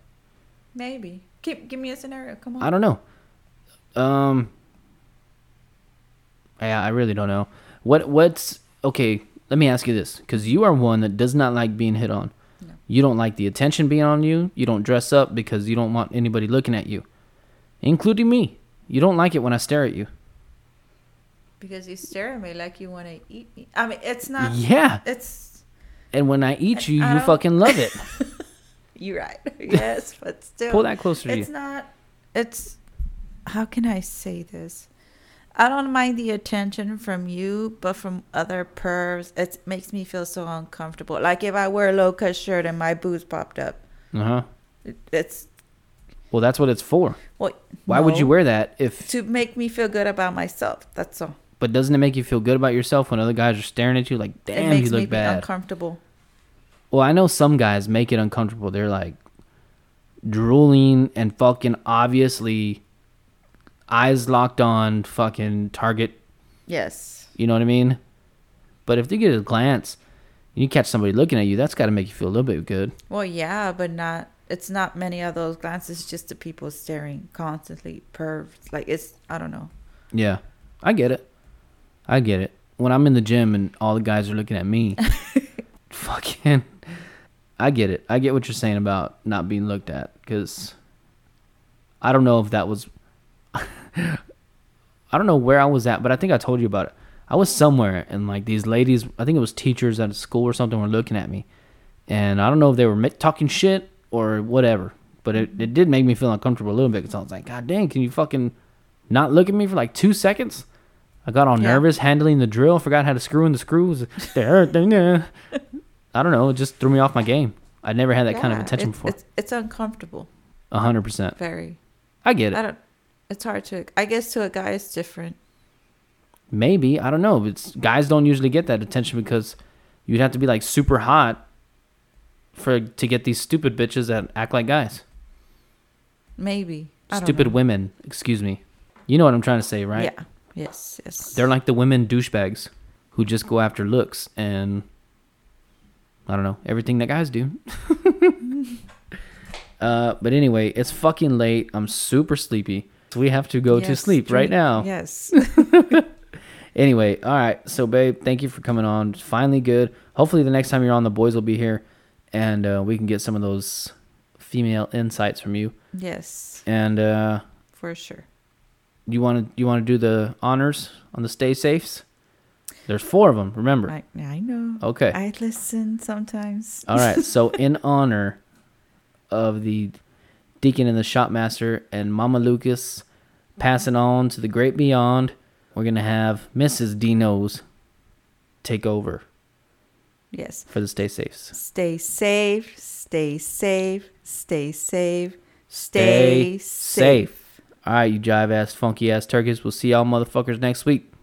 C: Maybe. Keep, give me a scenario. Come on.
B: I don't know. Um. Yeah, I really don't know. What what's okay? Let me ask you this, because you are one that does not like being hit on. You don't like the attention being on you. You don't dress up because you don't want anybody looking at you, including me. You don't like it when I stare at you.
C: Because you stare at me like you want to eat me. I mean, it's not.
B: Yeah,
C: It's
B: and when I eat you,
C: I
B: you
C: don't-
B: fucking love it.
C: you're right. Yes, but still.
B: Pull that closer to
C: It's
B: you.
C: not. It's. How can I say this? I don't mind the attention from you, but from other pervs, it makes me feel so uncomfortable. Like if I wear a low cut shirt and my boobs popped up,
B: Uh huh.
C: it- it's.
B: Well, that's what it's for.
C: Well,
B: Why would
C: no.
B: you wear that if?
C: To make me feel good about myself. That's all.
B: But doesn't it make you feel good about yourself when other guys are staring at you like,
C: it
B: damn,
C: makes
B: you look
C: me
B: bad?
C: be uncomfortable.
B: Well, I know some guys make it uncomfortable. They're like drooling and fucking obviously eyes locked on fucking target.
C: Yes.
B: You know what I mean? But if they get a glance and you catch somebody looking at you, that's got to make you feel a little bit good.
C: Well, yeah, but not. It's not many of those glances. Just the people staring constantly, pervs. Like it's. I don't know.
B: Yeah, I get it. I get it. When I'm in the gym and all the guys are looking at me, fucking, I get it. I get what you're saying about not being looked at because I don't know if that was, I don't know where I was at, but I think I told you about it. I was somewhere and like these ladies, I think it was teachers at a school or something, were looking at me, and I don't know if they were mi- talking shit or whatever, but it, it did make me feel uncomfortable a little bit because I was like, God dang, can you fucking not look at me for like two seconds. I got all
C: Yeah.
B: nervous handling the drill, forgot how to screw in the screws. There, there, there. I don't know. It just threw me off my game. I never had that kind of
C: Yeah,
B: attention
C: it's,
B: before.
C: It's, it's uncomfortable.
B: A hundred percent.
C: Very.
B: I get
C: I
B: it.
C: don't. It's hard to. I guess to a guy it's different.
B: Maybe I don't know. It's guys don't usually get that attention because you'd have to be like super hot for to get these stupid bitches that act like guys.
C: Maybe. I don't
B: Stupid
C: know.
B: women. Excuse me. You know what I'm trying to say, right?
C: Yeah. Yes, yes.
B: They're like the women douchebags who just go after looks and I don't know, everything that guys do. uh, but anyway, it's fucking late. I'm super sleepy. So we have to go to
C: Yes,
B: sleep right
C: drink-
B: now.
C: Yes.
B: Anyway, all right. So, babe, thank you for coming on. It's finally good. Hopefully, the next time you're on, the boys will be here and uh, we can get some of those female insights from you.
C: yes,
B: And uh,
C: for sure.
B: you want to you want to do the honors on the stay safes? There's four of them. Remember.
C: I, I know.
B: Okay.
C: I listen sometimes.
B: All right. So in honor of the deacon and the shopmaster and Mama Lucas passing on to the great beyond, we're gonna have Mrs. Dino's take over
C: Yes.
B: for the stay safes.
C: Stay safe. Stay safe. Stay safe.
B: All right, you jive ass, funky ass turkeys. We'll see y'all motherfuckers next week.